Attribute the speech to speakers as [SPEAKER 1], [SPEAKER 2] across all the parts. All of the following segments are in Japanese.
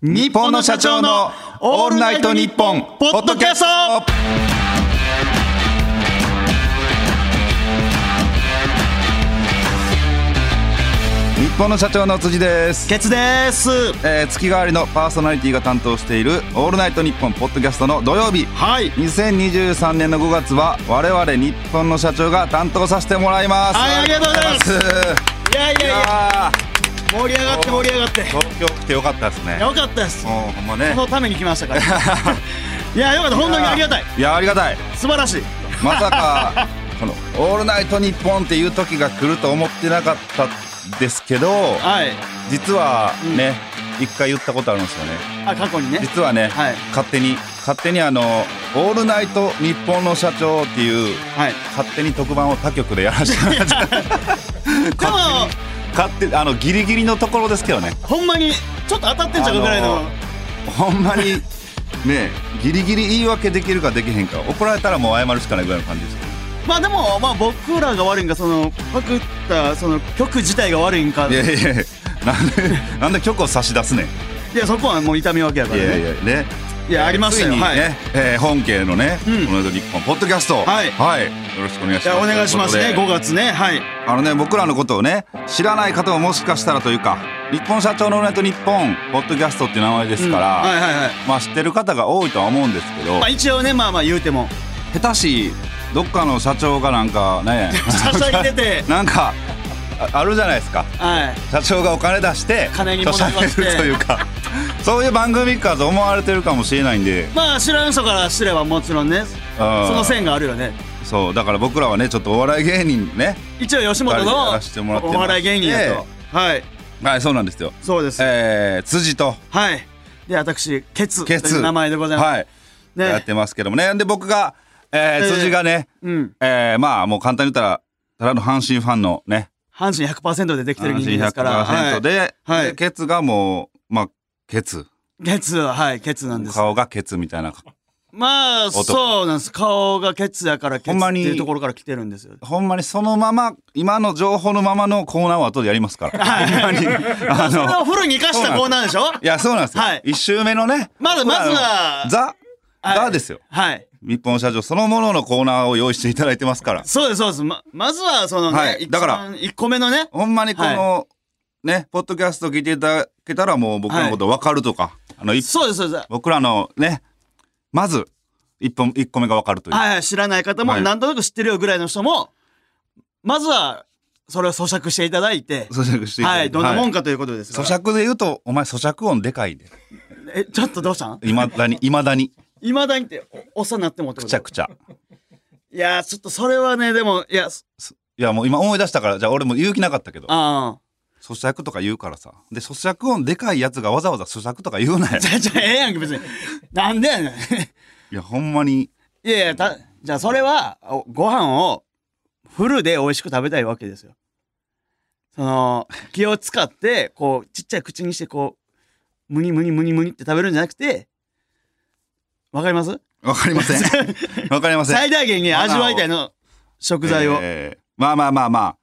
[SPEAKER 1] 日本の社長のオールナイトニッポンポッドキャスト日本の社長の辻です、
[SPEAKER 2] ケツです
[SPEAKER 1] えー、月替わりのパーソナリティが担当しているオールナイトニッポンポッドキャストの土曜日
[SPEAKER 2] はい
[SPEAKER 1] 2023年の5月は我々日本の社長が担当させてもらいます
[SPEAKER 2] はいありがとうございます
[SPEAKER 1] ありがとうございます
[SPEAKER 2] いやいや
[SPEAKER 1] い
[SPEAKER 2] いや
[SPEAKER 1] や
[SPEAKER 2] 盛り上がって盛り上がって
[SPEAKER 1] ー東京来てよかったですね
[SPEAKER 2] よかったです
[SPEAKER 1] もうほんま
[SPEAKER 2] そ
[SPEAKER 1] ね
[SPEAKER 2] のために来まし たからいやよかった本当にありがたい
[SPEAKER 1] いやありがたい
[SPEAKER 2] 素晴らしい
[SPEAKER 1] まさか この「オールナイトニッポン」っていう時が来ると思ってなかったですけど
[SPEAKER 2] はい
[SPEAKER 1] 実はね一、回言ったことあるんですよね
[SPEAKER 2] あ過去にね
[SPEAKER 1] 実はね、
[SPEAKER 2] はい
[SPEAKER 1] 勝手に勝手にあの「オールナイトニッポンの社長」っていう
[SPEAKER 2] はい
[SPEAKER 1] 勝手に特番を他局でやらせ てもらって
[SPEAKER 2] でも
[SPEAKER 1] 勝手にあのギリギリのところですけどね
[SPEAKER 2] ほんまにちょっと当たってんちゃうかぐらいの
[SPEAKER 1] あのほんまにねギリギリ言い訳できるかできへんか怒られたらもう謝るしかないぐらいの感じですけど
[SPEAKER 2] まあでもまあ僕らが悪いんかそのパクったその曲自体が悪いんか
[SPEAKER 1] いやいやいやなんでなんで局を差し出すねん
[SPEAKER 2] いやそこはもう痛み分けやか
[SPEAKER 1] い
[SPEAKER 2] らね
[SPEAKER 1] やいやね。
[SPEAKER 2] いやありましたよ
[SPEAKER 1] ついにね、
[SPEAKER 2] はい
[SPEAKER 1] えー本家のね、
[SPEAKER 2] うん
[SPEAKER 1] この間日本ポッドキャスト、
[SPEAKER 2] はい
[SPEAKER 1] よろしくお願いし
[SPEAKER 2] い
[SPEAKER 1] ま
[SPEAKER 2] や
[SPEAKER 1] す。
[SPEAKER 2] お願いしますね
[SPEAKER 1] という
[SPEAKER 2] 5
[SPEAKER 1] ことで
[SPEAKER 2] 月ねはい
[SPEAKER 1] あのね、僕らのことをね、知らない方ももしかしたらというか、日本社長のオールナイト日本ポッドキャストっていう名前ですから、
[SPEAKER 2] うんはいはいはい
[SPEAKER 1] まあ知ってる方が多いとは思うんですけど、
[SPEAKER 2] まあ一応ねまあまあ言う ても
[SPEAKER 1] 下手しどっかの社長がなんかね、
[SPEAKER 2] はしゃぎ出 て
[SPEAKER 1] なんかああるじゃないですか。
[SPEAKER 2] はい
[SPEAKER 1] 社長がお金出して、
[SPEAKER 2] 金に物言わせて
[SPEAKER 1] しゃべるというか、そういう番組かと思われてるかもしれないんで、
[SPEAKER 2] まあ知らん人からすればもちろんねそ
[SPEAKER 1] あー
[SPEAKER 2] の線があるよね
[SPEAKER 1] そうだから僕らはねちょっとお笑い芸人ね
[SPEAKER 2] 一応吉本
[SPEAKER 1] 二人でや
[SPEAKER 2] の
[SPEAKER 1] らせてもらってま
[SPEAKER 2] お
[SPEAKER 1] して
[SPEAKER 2] 笑い芸人やと、はい
[SPEAKER 1] はいそうなんですよ
[SPEAKER 2] そうです、
[SPEAKER 1] えー、辻と
[SPEAKER 2] はいで私ケツと
[SPEAKER 1] ケ
[SPEAKER 2] い
[SPEAKER 1] ツ
[SPEAKER 2] う名前でございます、
[SPEAKER 1] はい、
[SPEAKER 2] ね
[SPEAKER 1] やってますけどもねで僕が、えー
[SPEAKER 2] えー
[SPEAKER 1] 辻がね、
[SPEAKER 2] うん
[SPEAKER 1] えー、まあもう簡単に言ったらただの阪神ファンのね
[SPEAKER 2] 阪神100%でできてる
[SPEAKER 1] 阪
[SPEAKER 2] 人
[SPEAKER 1] 神
[SPEAKER 2] 間ですから
[SPEAKER 1] 100%
[SPEAKER 2] はい、
[SPEAKER 1] で,、
[SPEAKER 2] はい
[SPEAKER 1] でケツがもうまあケツ
[SPEAKER 2] ケツははいケツなんです
[SPEAKER 1] 顔がケツみたいな
[SPEAKER 2] まあ
[SPEAKER 1] 男
[SPEAKER 2] そうなんです顔がケツやからケツ
[SPEAKER 1] ほ
[SPEAKER 2] っ
[SPEAKER 1] んま
[SPEAKER 2] て
[SPEAKER 1] に
[SPEAKER 2] いうところから来てる んですよ
[SPEAKER 1] ほんまにそのまま今の情報のままのコーナーは後でやりますから、ほんまにあ
[SPEAKER 2] それ
[SPEAKER 1] の
[SPEAKER 2] をフルに生かしたコーナーでしょ
[SPEAKER 1] いやそうなんですよ、
[SPEAKER 2] はい
[SPEAKER 1] 一周目のね
[SPEAKER 2] まず
[SPEAKER 1] 僕らの
[SPEAKER 2] まずは
[SPEAKER 1] ザ、
[SPEAKER 2] はい
[SPEAKER 1] ザですよ
[SPEAKER 2] はい
[SPEAKER 1] 日本社長そのもののコーナーを用意していただいて ますから
[SPEAKER 2] そうですそうですままずはそのね、
[SPEAKER 1] はいだから
[SPEAKER 2] 1個目のね
[SPEAKER 1] ほんまにこの、ねポッドキャスト聞いていただけたらもう僕らのこと分かるとか、あのい
[SPEAKER 2] そうですそうです
[SPEAKER 1] 僕らのねまず一本一個目が分かるという、
[SPEAKER 2] はいはい、知らない方も、
[SPEAKER 1] はい
[SPEAKER 2] なんとなく知ってるよぐらいの人も、まずは、それを咀嚼していただいて、
[SPEAKER 1] 咀嚼していただ
[SPEAKER 2] はい、どんなもん
[SPEAKER 1] か、
[SPEAKER 2] かということです
[SPEAKER 1] 咀
[SPEAKER 2] から。
[SPEAKER 1] 嚼で言うとお前咀嚼音でかいで
[SPEAKER 2] え、ちょっとどうしたん
[SPEAKER 1] いまだ にいまだに
[SPEAKER 2] いまだにって、おおっさんになってもってこ
[SPEAKER 1] く
[SPEAKER 2] と
[SPEAKER 1] ちゃくちゃ
[SPEAKER 2] いやー、ちょっとそれはね、でも、いや、す
[SPEAKER 1] いやもう今思い出したからじゃあ俺も勇気なかったけど
[SPEAKER 2] ああ。
[SPEAKER 1] 咀嚼とか言うからさで咀嚼音でかいやつがわざわざ咀嚼とか言う なよ
[SPEAKER 2] じゃあ、じゃあ、ええやんけ、別に。なんでやね
[SPEAKER 1] い
[SPEAKER 2] ん。
[SPEAKER 1] やほんまに
[SPEAKER 2] いやいや、た、じゃあ、それは、おご飯を、フルで美味しく食べたいわけですよ。その、気を使って、こう、ちっちゃい口にして、こう、むにむにむにむにって食べるんじゃなくて、わかります
[SPEAKER 1] わかりませ んわかりません
[SPEAKER 2] 最大限に味わいたいの食材を、
[SPEAKER 1] えーまあまあまあまあ、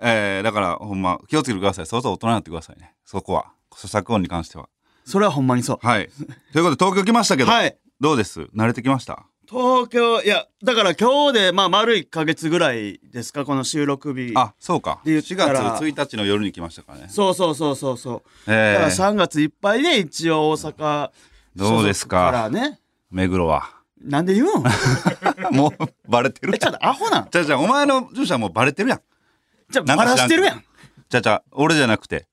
[SPEAKER 1] えー、だからほんま気をつけてください相当大人になってくださいねそこは咀嚼音に関しては
[SPEAKER 2] それはほんまにそ
[SPEAKER 1] はいということで東京来ましたけ
[SPEAKER 2] う
[SPEAKER 1] ど、
[SPEAKER 2] はい
[SPEAKER 1] どうです慣れてきました
[SPEAKER 2] 東京いやだから今日でまあ丸1か月ぐらいですかこの収録日
[SPEAKER 1] あそうか
[SPEAKER 2] で言っ
[SPEAKER 1] 4
[SPEAKER 2] た
[SPEAKER 1] 月
[SPEAKER 2] ら
[SPEAKER 1] 1日の夜に来ましたからね
[SPEAKER 2] そうそうそうそうそう、だ
[SPEAKER 1] え
[SPEAKER 2] から
[SPEAKER 1] ー、
[SPEAKER 2] 3月いっぱいで一応大阪
[SPEAKER 1] どうですか
[SPEAKER 2] 所属からね
[SPEAKER 1] 目黒は
[SPEAKER 2] なんで言うん
[SPEAKER 1] もうバレてる
[SPEAKER 2] えちょっとア ホなん
[SPEAKER 1] じゃあじゃあお前の住所はもうバレてるやん
[SPEAKER 2] じゃあ
[SPEAKER 1] なん
[SPEAKER 2] バ
[SPEAKER 1] か知らん
[SPEAKER 2] ラしてるやん
[SPEAKER 1] じゃあじゃあ俺じゃなくて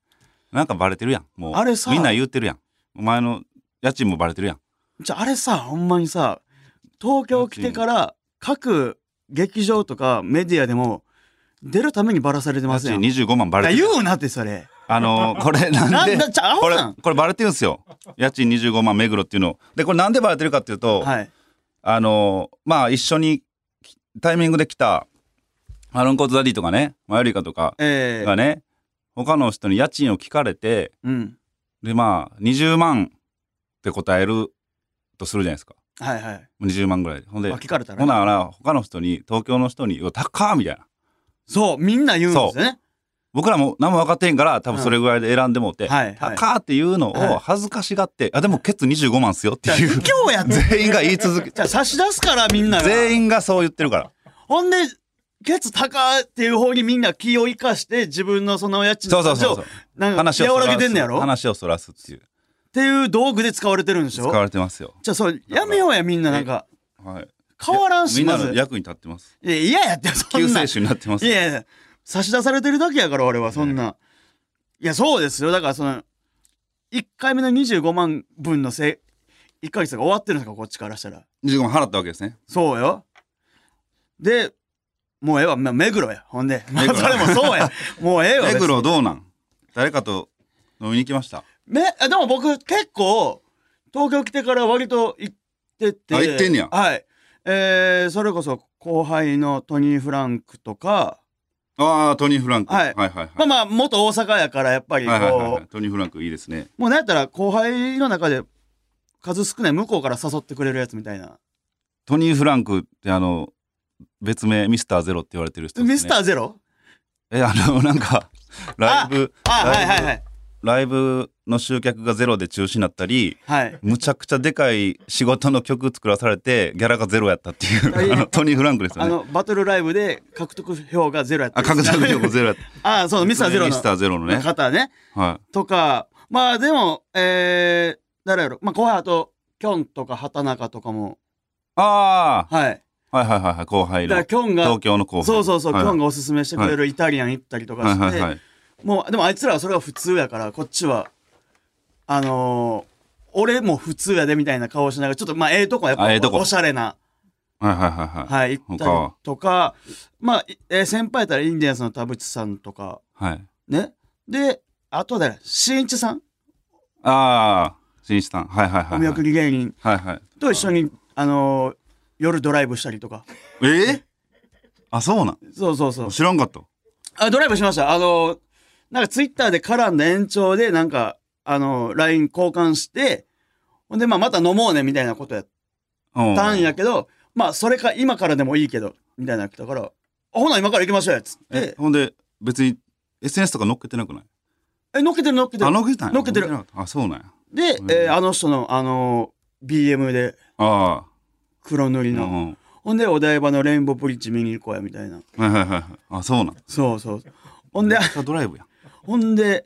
[SPEAKER 1] なんかバレてるやんもう
[SPEAKER 2] あれさ
[SPEAKER 1] みんな言ってるやんお前の家賃もバレてるやん
[SPEAKER 2] じゃああれさほんまにさ東京来てから各劇場とかメディアでも出るためにバラされて
[SPEAKER 1] 家
[SPEAKER 2] ますや
[SPEAKER 1] 賃
[SPEAKER 2] ん
[SPEAKER 1] 25万バ
[SPEAKER 2] だか
[SPEAKER 1] レて
[SPEAKER 2] ら
[SPEAKER 1] る
[SPEAKER 2] 言うなってそれ
[SPEAKER 1] あのーこれなんで
[SPEAKER 2] なんだじゃあア
[SPEAKER 1] こ
[SPEAKER 2] ホ
[SPEAKER 1] れ
[SPEAKER 2] なん
[SPEAKER 1] これバレてるんですよ家賃25万目黒っていうのでこれなんでバレてるかっていうと、
[SPEAKER 2] はい
[SPEAKER 1] あのーまあ一緒にきタイミングで来たマロンコートダディとかねマヨリカとか
[SPEAKER 2] ええ
[SPEAKER 1] がね、他の人に家賃を聞かれて
[SPEAKER 2] うん
[SPEAKER 1] でまあ20万って答えるとするじゃないですか
[SPEAKER 2] はいはい
[SPEAKER 1] 20万ぐらいでほんで
[SPEAKER 2] あ聞かれたら
[SPEAKER 1] ほ
[SPEAKER 2] ね
[SPEAKER 1] なら他の人に東京の人に「うわ高っ!」みたいな
[SPEAKER 2] そうみんな言うんですよね
[SPEAKER 1] 僕らも何も分かってへんから多分それぐらいで選んでもって「
[SPEAKER 2] はいはい
[SPEAKER 1] 高っ!」っていうの
[SPEAKER 2] はい
[SPEAKER 1] を恥ずかしがって「あでもケツ25万っすよ」って
[SPEAKER 2] じゃあ
[SPEAKER 1] いう
[SPEAKER 2] 今日やって
[SPEAKER 1] 全員が言い続け
[SPEAKER 2] じゃあ差し出すからみんなが
[SPEAKER 1] 全員がそう言ってるから
[SPEAKER 2] ほんでケツ高っていう方にみんな気を生かして自分のその家賃
[SPEAKER 1] そう
[SPEAKER 2] の
[SPEAKER 1] そうそ
[SPEAKER 2] 感情
[SPEAKER 1] うそう
[SPEAKER 2] なんか
[SPEAKER 1] 話を
[SPEAKER 2] 和
[SPEAKER 1] そ
[SPEAKER 2] ら
[SPEAKER 1] ら
[SPEAKER 2] げてんのや
[SPEAKER 1] す
[SPEAKER 2] ろっ
[SPEAKER 1] 話をそらすっていう
[SPEAKER 2] ていう道具で使われてるんでし
[SPEAKER 1] 使
[SPEAKER 2] ょ
[SPEAKER 1] われてますよ
[SPEAKER 2] じゃあそれやめようやみんななんか
[SPEAKER 1] はい
[SPEAKER 2] 変わらんし
[SPEAKER 1] みん
[SPEAKER 2] ま
[SPEAKER 1] な
[SPEAKER 2] ず
[SPEAKER 1] の役に立ってます
[SPEAKER 2] いや嫌やってそ
[SPEAKER 1] 救
[SPEAKER 2] んな
[SPEAKER 1] 世主になってます
[SPEAKER 2] いやいや差し出されてるだけやから俺はそんな、いやそうですよだからその1回目の25万分のせい1ヶ月が終わってるんですかこっちからしたら
[SPEAKER 1] 25万払ったわけですね
[SPEAKER 2] そうよでもうええわま目黒やほんで、まあ、
[SPEAKER 1] 目黒
[SPEAKER 2] それもそ うやもうええわ
[SPEAKER 1] 目
[SPEAKER 2] 別に
[SPEAKER 1] 黒どうなん誰かと飲みに行きました
[SPEAKER 2] めあでも僕結構東京来てから割と行ってて
[SPEAKER 1] あ行ってんねや
[SPEAKER 2] はいえー、それこそ後輩のトニー・フランクとか、
[SPEAKER 1] ああトニー・フランク
[SPEAKER 2] はい
[SPEAKER 1] はいはい
[SPEAKER 2] まあ
[SPEAKER 1] はい
[SPEAKER 2] まあ元大阪やからやっぱりこう、
[SPEAKER 1] はいはいはいはいトニー・フランクいいですね
[SPEAKER 2] もうなんやったら後輩の中で数少ない向こうから誘ってくれるやつみたいな。
[SPEAKER 1] トニー・フランクってあの別名ミスターゼロって言われてる人ですね
[SPEAKER 2] ミスターゼロ
[SPEAKER 1] えあのなんかライブ
[SPEAKER 2] あ、はいはいは
[SPEAKER 1] ライ
[SPEAKER 2] い。
[SPEAKER 1] ブライブの集客がゼロで中止になったり
[SPEAKER 2] はい。
[SPEAKER 1] むちゃくちゃでかい仕事の曲作らされてギャラがゼロやったってい
[SPEAKER 2] はいう
[SPEAKER 1] あのトニー・フランクですよ
[SPEAKER 2] あ
[SPEAKER 1] ね
[SPEAKER 2] の、バトルライブで獲得票がゼロやった
[SPEAKER 1] あ格闘技曲
[SPEAKER 2] ロ。
[SPEAKER 1] ゼロやった
[SPEAKER 2] あ、そう、ミスターゼロ
[SPEAKER 1] ミスター
[SPEAKER 2] の
[SPEAKER 1] ゼロのね
[SPEAKER 2] 方ね。
[SPEAKER 1] は
[SPEAKER 2] とか、まあでも、えー、誰やろ。まあ後輩あと、キョンとか畑中とかも。
[SPEAKER 1] いあ
[SPEAKER 2] はい。
[SPEAKER 1] あはいはいはいはい後輩
[SPEAKER 2] だか
[SPEAKER 1] の
[SPEAKER 2] らキョンが
[SPEAKER 1] 東、京の後輩
[SPEAKER 2] そうそうそう、キ
[SPEAKER 1] はい
[SPEAKER 2] ョ
[SPEAKER 1] はい
[SPEAKER 2] ンがおすすめしてくれるイタリアン行ったりとか
[SPEAKER 1] はい
[SPEAKER 2] し
[SPEAKER 1] はい
[SPEAKER 2] て
[SPEAKER 1] は、い
[SPEAKER 2] もうでもあいつらはそれが普通やからこっちはあのー俺も普通やでみたいな顔しながらちょっとまあええとこはやっぱ
[SPEAKER 1] あええとこ
[SPEAKER 2] おしゃれな、
[SPEAKER 1] はいはいはいはい
[SPEAKER 2] はい、行った
[SPEAKER 1] 他
[SPEAKER 2] り
[SPEAKER 1] は
[SPEAKER 2] とかまあ、いえー先輩やったらインディアンスの田淵さんとか
[SPEAKER 1] はい
[SPEAKER 2] ねであと誰新一さん
[SPEAKER 1] ああ新一さんはいはい
[SPEAKER 2] お
[SPEAKER 1] はい
[SPEAKER 2] 見
[SPEAKER 1] はい
[SPEAKER 2] 送り芸人
[SPEAKER 1] はいはい
[SPEAKER 2] と一緒にあのー夜ドライブしたりとか
[SPEAKER 1] えーあそうなん
[SPEAKER 2] そうそうそう
[SPEAKER 1] 知らんかった
[SPEAKER 2] あドライブしましたあのーなんかツイッターで絡んだ延長でなんかあのー LINE 交換してほんでまあまた飲もうねみたいなことやって
[SPEAKER 1] うん
[SPEAKER 2] たんやけど、まあ、それか今からでもいいけど、みたいな来たから、あほな、今から行きましょうや、つっ
[SPEAKER 1] え
[SPEAKER 2] て。
[SPEAKER 1] ほんで別に SNS とか載っけてなくない
[SPEAKER 2] え、乗っけてる乗っけて
[SPEAKER 1] あ
[SPEAKER 2] る。
[SPEAKER 1] 載っけてない
[SPEAKER 2] 載っけてる
[SPEAKER 1] なかったあそうなんや
[SPEAKER 2] で、えーあの人の、あのー BM で
[SPEAKER 1] ああ
[SPEAKER 2] 黒塗り
[SPEAKER 1] うん
[SPEAKER 2] の、
[SPEAKER 1] うん
[SPEAKER 2] ほんで、お台場のレインボーブリッジ見に行こうや、みたいな。
[SPEAKER 1] はいはいはいはいあそうなん
[SPEAKER 2] そうそう。ほんで
[SPEAKER 1] めっ、ちゃドライブやん
[SPEAKER 2] ほんで、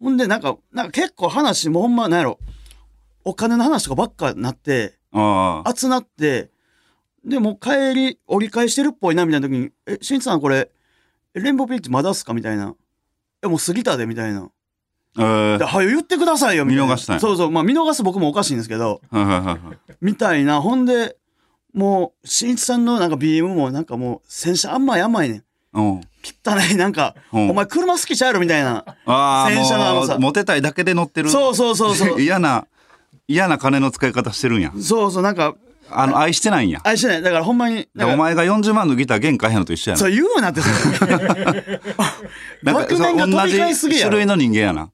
[SPEAKER 2] ほんで、なんか、なんか結構話、もうほんま、なんやろ、お金の話とかばっかなって、
[SPEAKER 1] ああ
[SPEAKER 2] 集なって、で、もう帰り、折り返してるっぽいな、みたいな時に、え、しんいちさんこれ、レインボービーチまだっすかみたいな。え、もう過ぎたで、みたいな。
[SPEAKER 1] えー
[SPEAKER 2] で、はよ言ってくださいよ、みたいな。
[SPEAKER 1] 見逃したんや
[SPEAKER 2] そうそう、まあ見逃す僕もおかしいんですけど、
[SPEAKER 1] はいはいはいはい
[SPEAKER 2] みたいな。ほんで、もう、しんいちさんのなんか BM もなんかもう、洗車甘い甘いねん。
[SPEAKER 1] うん
[SPEAKER 2] 汚い、なんか、
[SPEAKER 1] うん
[SPEAKER 2] お前車好きちゃうやろ、みたいな。
[SPEAKER 1] ああ
[SPEAKER 2] 洗車の甘さ
[SPEAKER 1] もうモテたいだけで乗ってる
[SPEAKER 2] そうそうそう そう。
[SPEAKER 1] 嫌な嫌な金の使い方してるんや
[SPEAKER 2] そうそう、なんか、
[SPEAKER 1] あの愛してないんや
[SPEAKER 2] あれしてない。だからほんまに、
[SPEAKER 1] だから
[SPEAKER 2] な
[SPEAKER 1] お
[SPEAKER 2] んか、
[SPEAKER 1] 前が40万のギター弦買えへんのと一緒やな
[SPEAKER 2] そう言うなって、それ
[SPEAKER 1] なんか
[SPEAKER 2] 額面が飛び交いす
[SPEAKER 1] そう
[SPEAKER 2] ぎ
[SPEAKER 1] 同じ
[SPEAKER 2] や
[SPEAKER 1] 種
[SPEAKER 2] ろ
[SPEAKER 1] 類の人間やな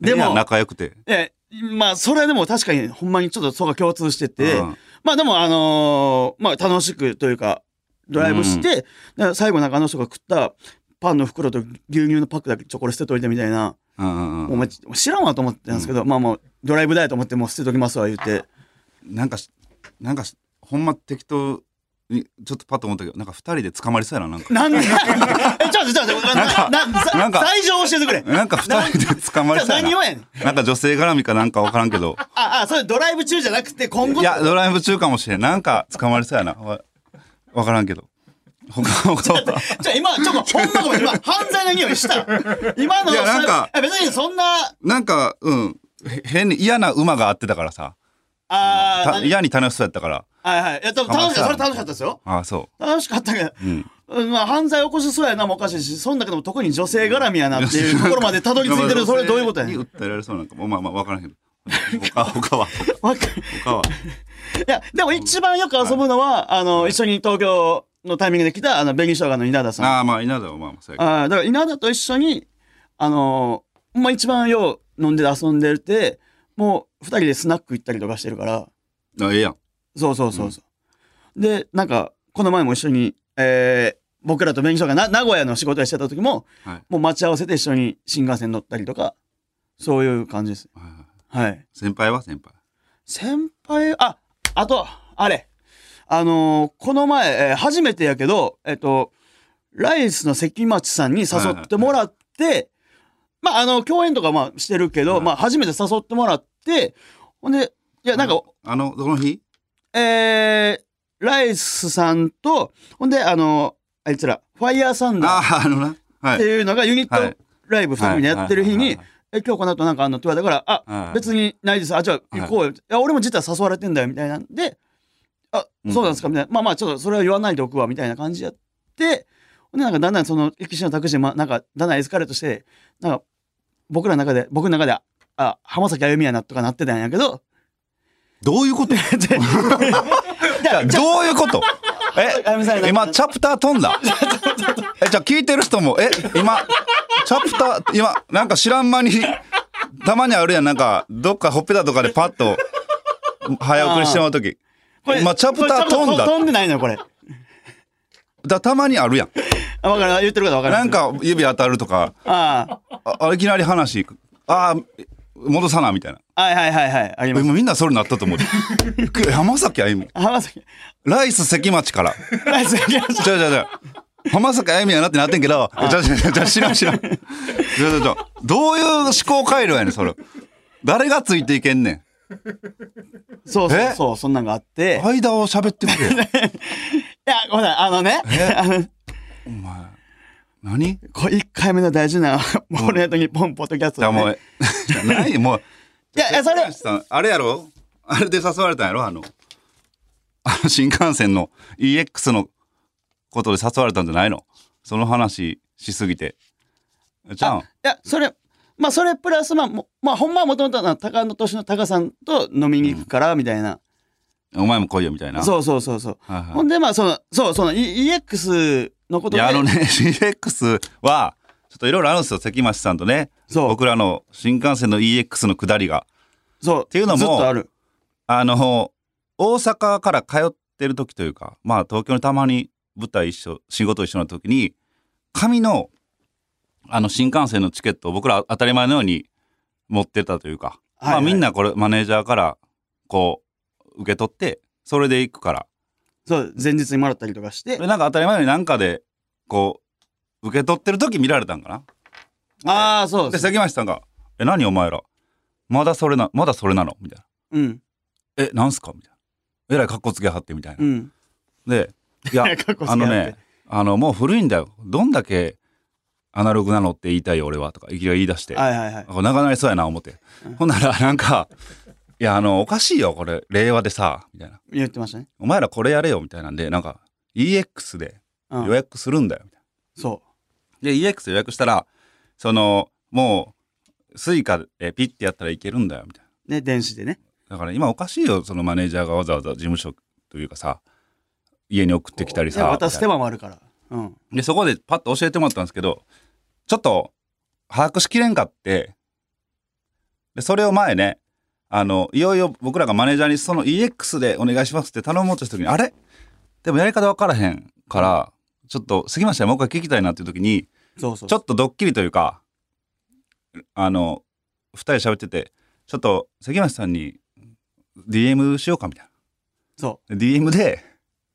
[SPEAKER 2] でも
[SPEAKER 1] ええやん仲良くて
[SPEAKER 2] ええ、まあ、それはでも確かに、ほんまにちょっとそこが共通してて、
[SPEAKER 1] うん
[SPEAKER 2] まあでも、あのーまあ楽しくというか、ドライブして、だから最後なんかあの人が食ったパンの袋と牛乳のパックだけチョコレート捨てといてみたいな、
[SPEAKER 1] うんうんうん
[SPEAKER 2] お前知らんわと思ってたんですけど、まあもうドライブだよと思ってもう捨てときますわ言って。
[SPEAKER 1] なんかしなんかしほんま適当にちょっとパッと思ったけどなんか二人で捕まりそうやななんか
[SPEAKER 2] なんで え、ちょっとちょっとちょっと、な、な、
[SPEAKER 1] な
[SPEAKER 2] なん
[SPEAKER 1] か
[SPEAKER 2] 罪状教えてくれ。
[SPEAKER 1] なんか二人で捕まりそうや
[SPEAKER 2] 何
[SPEAKER 1] な
[SPEAKER 2] をやねん。
[SPEAKER 1] なんか女性絡みかなんか分からんけど
[SPEAKER 2] あ、あ、それドライブ中じゃなくて今後。
[SPEAKER 1] いやドライブ中かもしれんなんか捕まりそうやなわ分からんけど他他は
[SPEAKER 2] じゃあ今、ち ょっとほんまごめん、今、犯罪の匂いした。今の、
[SPEAKER 1] いやなんか
[SPEAKER 2] え別にそんな、
[SPEAKER 1] なんかうんへ変に嫌な馬が合ってたからさ
[SPEAKER 2] あー
[SPEAKER 1] た嫌に楽しそうやったから
[SPEAKER 2] はいはい。いや、でも楽しかった、それ楽しかったですよ。
[SPEAKER 1] ああそ
[SPEAKER 2] 楽しかったけど、うんまあ犯罪起こしそうやなもおかしいし、そんだけども特に女性絡みやなっていうところまでたど
[SPEAKER 1] う
[SPEAKER 2] り着いてる、それどういうことやね
[SPEAKER 1] に
[SPEAKER 2] ん。
[SPEAKER 1] 訴えられそうなんかもまあまあ分からんけど他他は
[SPEAKER 2] わか
[SPEAKER 1] 他はい
[SPEAKER 2] や、でも一番よく遊ぶのは、あの、一緒に東京のタイミングで来た、あの、紅生姜の稲田さん。
[SPEAKER 1] あ
[SPEAKER 2] あ
[SPEAKER 1] あまあ稲田はまあまあそうやけど
[SPEAKER 2] あだから稲田と一緒に、あの、まあ一番よう飲んで遊んでて、もう二人でスナック行ったりとかしてるから、
[SPEAKER 1] あええやん
[SPEAKER 2] そうそうそうそう。で、なんか、この前も一緒に、え僕らと弁護士がな名古屋の仕事をしてた時も、
[SPEAKER 1] はい
[SPEAKER 2] もう待ち合わせて一緒に新幹線乗ったりとか、そういう感じです。
[SPEAKER 1] はい
[SPEAKER 2] はい。
[SPEAKER 1] 先輩は先輩
[SPEAKER 2] 先輩、あ、あと、あれ。あのーこの前、えー初めてやけど、えっ、と、ライスの関町さんに誘ってもらって、まあ、あの、共演とかまあしてるけど、
[SPEAKER 1] はい
[SPEAKER 2] まあ、初めて誘ってもらって、ほんで、いや、なんか、
[SPEAKER 1] あのその日
[SPEAKER 2] えー、ライスさんと、ほんで、あの、あいつら、ファイヤーサンダーっ
[SPEAKER 1] あああのなは
[SPEAKER 2] て
[SPEAKER 1] い
[SPEAKER 2] いうのがユニッ
[SPEAKER 1] はい
[SPEAKER 2] トライブ2組でやってる日
[SPEAKER 1] はい
[SPEAKER 2] に、え、今日この後なんかあんのって言われたから、あ、
[SPEAKER 1] はいはい
[SPEAKER 2] 別にないです。あ、じゃあ
[SPEAKER 1] はい
[SPEAKER 2] 行こうよ。い、や、俺も実は誘われてんだよ、みたいなんで、あ、
[SPEAKER 1] うん
[SPEAKER 2] そうなんですか、みたいな。まあまあ、ちょっとそれは言わないでおくわ、みたいな感じやって、ほんで、なんかだんだんその、歴史のタクシー、ま、なんか、だんだんエスカレートして、なんか、僕らの中で、僕の中で、あ、浜崎あゆみやなとかなってたんやけど、
[SPEAKER 1] どういうことどういうこと
[SPEAKER 2] あゆみさんや
[SPEAKER 1] え
[SPEAKER 2] な
[SPEAKER 1] 今チャプター飛んだ えじゃあ聞いてる人もえ今チャプター今なんか知らん間にたまにあるやんなんかどっかほっぺたとかでパッと早送りしてもらう時
[SPEAKER 2] これ
[SPEAKER 1] 今チャプター飛んだ
[SPEAKER 2] これチャプター飛んでないのよ、これ。
[SPEAKER 1] だたまにあるやん
[SPEAKER 2] あ、わかる。言ってることわかる。
[SPEAKER 1] なん、か指当たるとか
[SPEAKER 2] あ
[SPEAKER 1] ああいきなり話あー戻さなみたいな
[SPEAKER 2] あ、はいはいはいはい。あり
[SPEAKER 1] え
[SPEAKER 2] ます。
[SPEAKER 1] もうみんなそれなったと思うで浜崎あゆみ
[SPEAKER 2] 浜崎、
[SPEAKER 1] ライス関町から
[SPEAKER 2] ライ ス関町
[SPEAKER 1] じゃじゃじゃ浜崎あゆみやなってなってんけど、じゃじゃじゃ知らん知らん。じゃじゃじゃどういう思考回路やねん、それ。誰がついていけんねん。
[SPEAKER 2] そうそう
[SPEAKER 1] え
[SPEAKER 2] そう、そんなんがあって。
[SPEAKER 1] 間を喋ってくれ。
[SPEAKER 2] いや、ごめんなさい、あのね、
[SPEAKER 1] え
[SPEAKER 2] あの、
[SPEAKER 1] お前。何じ
[SPEAKER 2] これ1回目の大事な、モールナイトニッポンポッドキャスト
[SPEAKER 1] ゃあ
[SPEAKER 2] だね、
[SPEAKER 1] もう、じゃないもう。
[SPEAKER 2] いや、いやそれ、
[SPEAKER 1] さんあれやろあれで誘われたんやろあの。あの新幹線の EX のことで誘われたんじゃないのその話しすぎて。じゃ
[SPEAKER 2] あ
[SPEAKER 1] ん
[SPEAKER 2] い。や、それ、まあ、それプラス、まあ、もまあ、ほんまはもともと、高野年の高さんと飲みに行くから、みたいな。
[SPEAKER 1] お前も来いよみたいな。
[SPEAKER 2] そうそうそうそう。
[SPEAKER 1] はいはい
[SPEAKER 2] ほんで、まあ、その、そう、その、E- EX のこと
[SPEAKER 1] い
[SPEAKER 2] で、
[SPEAKER 1] やあのね CX はちょっといろいろあるんですよ関町さんとね
[SPEAKER 2] そう
[SPEAKER 1] 僕らの新幹線の EX の下りが
[SPEAKER 2] そう、って
[SPEAKER 1] いうのも
[SPEAKER 2] ずっとある。
[SPEAKER 1] あの大阪から通ってる時というかまあ東京にたまに舞台一緒仕事一緒の時に紙のあの新幹線のチケットを僕ら当たり前のように持ってたというか、
[SPEAKER 2] はいはい
[SPEAKER 1] まあみんなこれマネージャーからこう受け取ってそれで行くから
[SPEAKER 2] そう、前日にもらったりとかして
[SPEAKER 1] で。なんか当たり前のようになんかでこう受け取ってる時見られたんかな
[SPEAKER 2] ああ、そ
[SPEAKER 1] で
[SPEAKER 2] うです。
[SPEAKER 1] 関町さんが「え何お前らまだそれなまだそれなの?」みたい
[SPEAKER 2] うん。
[SPEAKER 1] な「えなんすか?」みたいな「えらいかっこつけはって」みたいな、
[SPEAKER 2] うん。
[SPEAKER 1] で「い や
[SPEAKER 2] かっこつけはって
[SPEAKER 1] あのねあのもう古いんだよどんだけアナログなのって言いたいよ俺は」とかいきなり言い出して、
[SPEAKER 2] はいはいはい。
[SPEAKER 1] あ長なりそうやな思って、ほんならなんか「いやあのおかしいよこれ令和でさ」みたいな
[SPEAKER 2] 言ってましたね。
[SPEAKER 1] 「お前らこれやれよ」みたいなんでなんか EX で
[SPEAKER 2] う
[SPEAKER 1] 予
[SPEAKER 2] ん。
[SPEAKER 1] 約するんだよみたいな
[SPEAKER 2] そ
[SPEAKER 1] で EX で予約したらそのもうスイカでピッてやったらいけるんだよみたいな。
[SPEAKER 2] う。ね、電子でね。
[SPEAKER 1] だから今おかしいよそのマネージャーがわざわざ事務所というかさ家に送ってきたり
[SPEAKER 2] い
[SPEAKER 1] さ
[SPEAKER 2] や渡す手間もあるから。うん。
[SPEAKER 1] でそこでパッと教えてもらったんですけどちょっと把握しきれんかってでそれを前ねあのいよいよ僕らがマネージャーにその EX でお願いしますって頼もうとした時にあれでもやり方分からへんからちょっと杉町さんにもう一回聞きたいなっていう時に
[SPEAKER 2] そうそう。
[SPEAKER 1] ちょっとドッキリというかあの二人喋っててちょっと関町さんに DM しようかみたい
[SPEAKER 2] そ
[SPEAKER 1] な DM で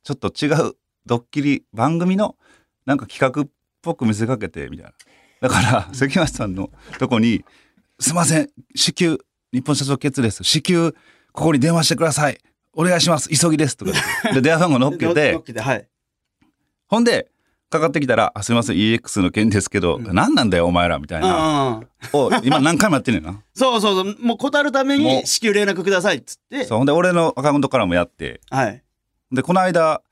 [SPEAKER 1] ちょっと違うドッキリ番組のなんか企画っぽく見せかけてみたいなだから関町さんのとこに「すいません至急日本社長決です至急ここに電話してくださいお願いします急ぎです」とかで電話番号 乗
[SPEAKER 2] う。
[SPEAKER 1] っけて
[SPEAKER 2] 乗っけて、はい。
[SPEAKER 1] ほんでかかってきたら「あすいません EX の件ですけど、何なんだよお前ら」みたいな。
[SPEAKER 2] うんうん。
[SPEAKER 1] を今何回もやってんねんな
[SPEAKER 2] そうそうそう。もう断るため
[SPEAKER 1] もう
[SPEAKER 2] に至急連絡くださいっつって。
[SPEAKER 1] そうほんで俺のアカウントからもやって
[SPEAKER 2] はい。
[SPEAKER 1] でこの間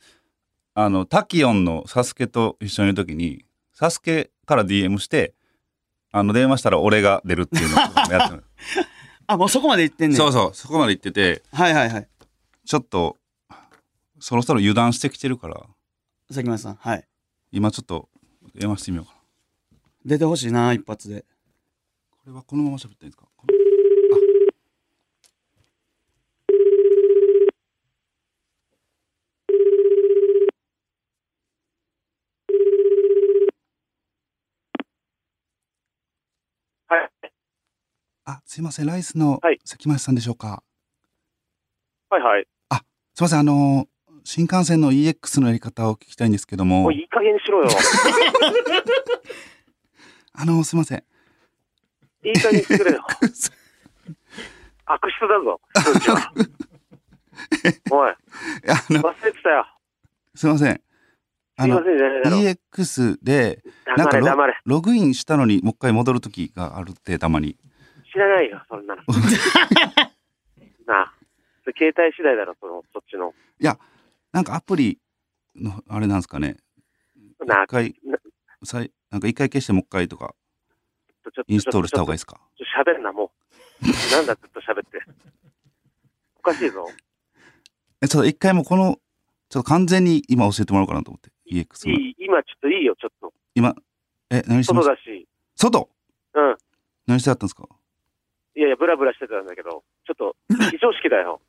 [SPEAKER 1] あのタキヨンのサスケと一緒にいる時にサスケから DM してあの電話したら俺が出るっていうのをやってたの
[SPEAKER 2] あ、もうそこまで行ってんねん。
[SPEAKER 1] そうそうそこまで言ってて
[SPEAKER 2] はいはいはい。
[SPEAKER 1] ちょっとそろそろ油断してきてるから
[SPEAKER 2] 関町さん。はい。
[SPEAKER 1] 今ちょっと電話してみようかな
[SPEAKER 2] 出てほしいな、一発で。
[SPEAKER 1] これはこのまま喋っていいんですかこのあすいません、ライスの
[SPEAKER 3] はい
[SPEAKER 1] 関町さんでしょうか。
[SPEAKER 3] はいはい。
[SPEAKER 1] すいません、あの、新幹線の EX のやり方を聞きたいんですけども
[SPEAKER 3] もう、いい加減に しろよ。
[SPEAKER 1] あの、すいません。
[SPEAKER 3] いい加減にしてくれよ。悪質だぞ。 おい、
[SPEAKER 1] あの、
[SPEAKER 3] 忘れてたよ。
[SPEAKER 1] すいません。あ
[SPEAKER 3] すいま
[SPEAKER 1] の、
[SPEAKER 3] せんじゃねえだろ。
[SPEAKER 1] EX でなん
[SPEAKER 3] 黙
[SPEAKER 1] か
[SPEAKER 3] れ
[SPEAKER 1] ロ
[SPEAKER 3] 黙れ。
[SPEAKER 1] ログインしたのにもう一回戻る時があるってたま に。
[SPEAKER 3] 知らないよ、そんなの。なあ、それ携帯次第だろ、その、そっちの。
[SPEAKER 1] なんかアプリのあれなんですかね。
[SPEAKER 3] なあ
[SPEAKER 1] 一、回
[SPEAKER 3] な、
[SPEAKER 1] さいなんか一回消してもう一回とか
[SPEAKER 3] ちょっと、
[SPEAKER 1] インストールした方がいいで
[SPEAKER 3] いい。
[SPEAKER 1] すか
[SPEAKER 3] ちょっと喋んな、もう。なんだ、ずっと喋って。おかしいぞ。
[SPEAKER 1] え、ちょっと一回もうこの、ちょっと完全に今教えてもらおうかなと思って。EX
[SPEAKER 3] い
[SPEAKER 1] の。
[SPEAKER 3] い、今ちょっといいよ、ちょっと。
[SPEAKER 1] 今、え、何してま
[SPEAKER 3] 外
[SPEAKER 1] す
[SPEAKER 3] だし。
[SPEAKER 1] 外
[SPEAKER 3] うん。
[SPEAKER 1] 何してあったんですか
[SPEAKER 3] いやいや、ブラブラしてたんだけど、ちょっと、非常識だよ。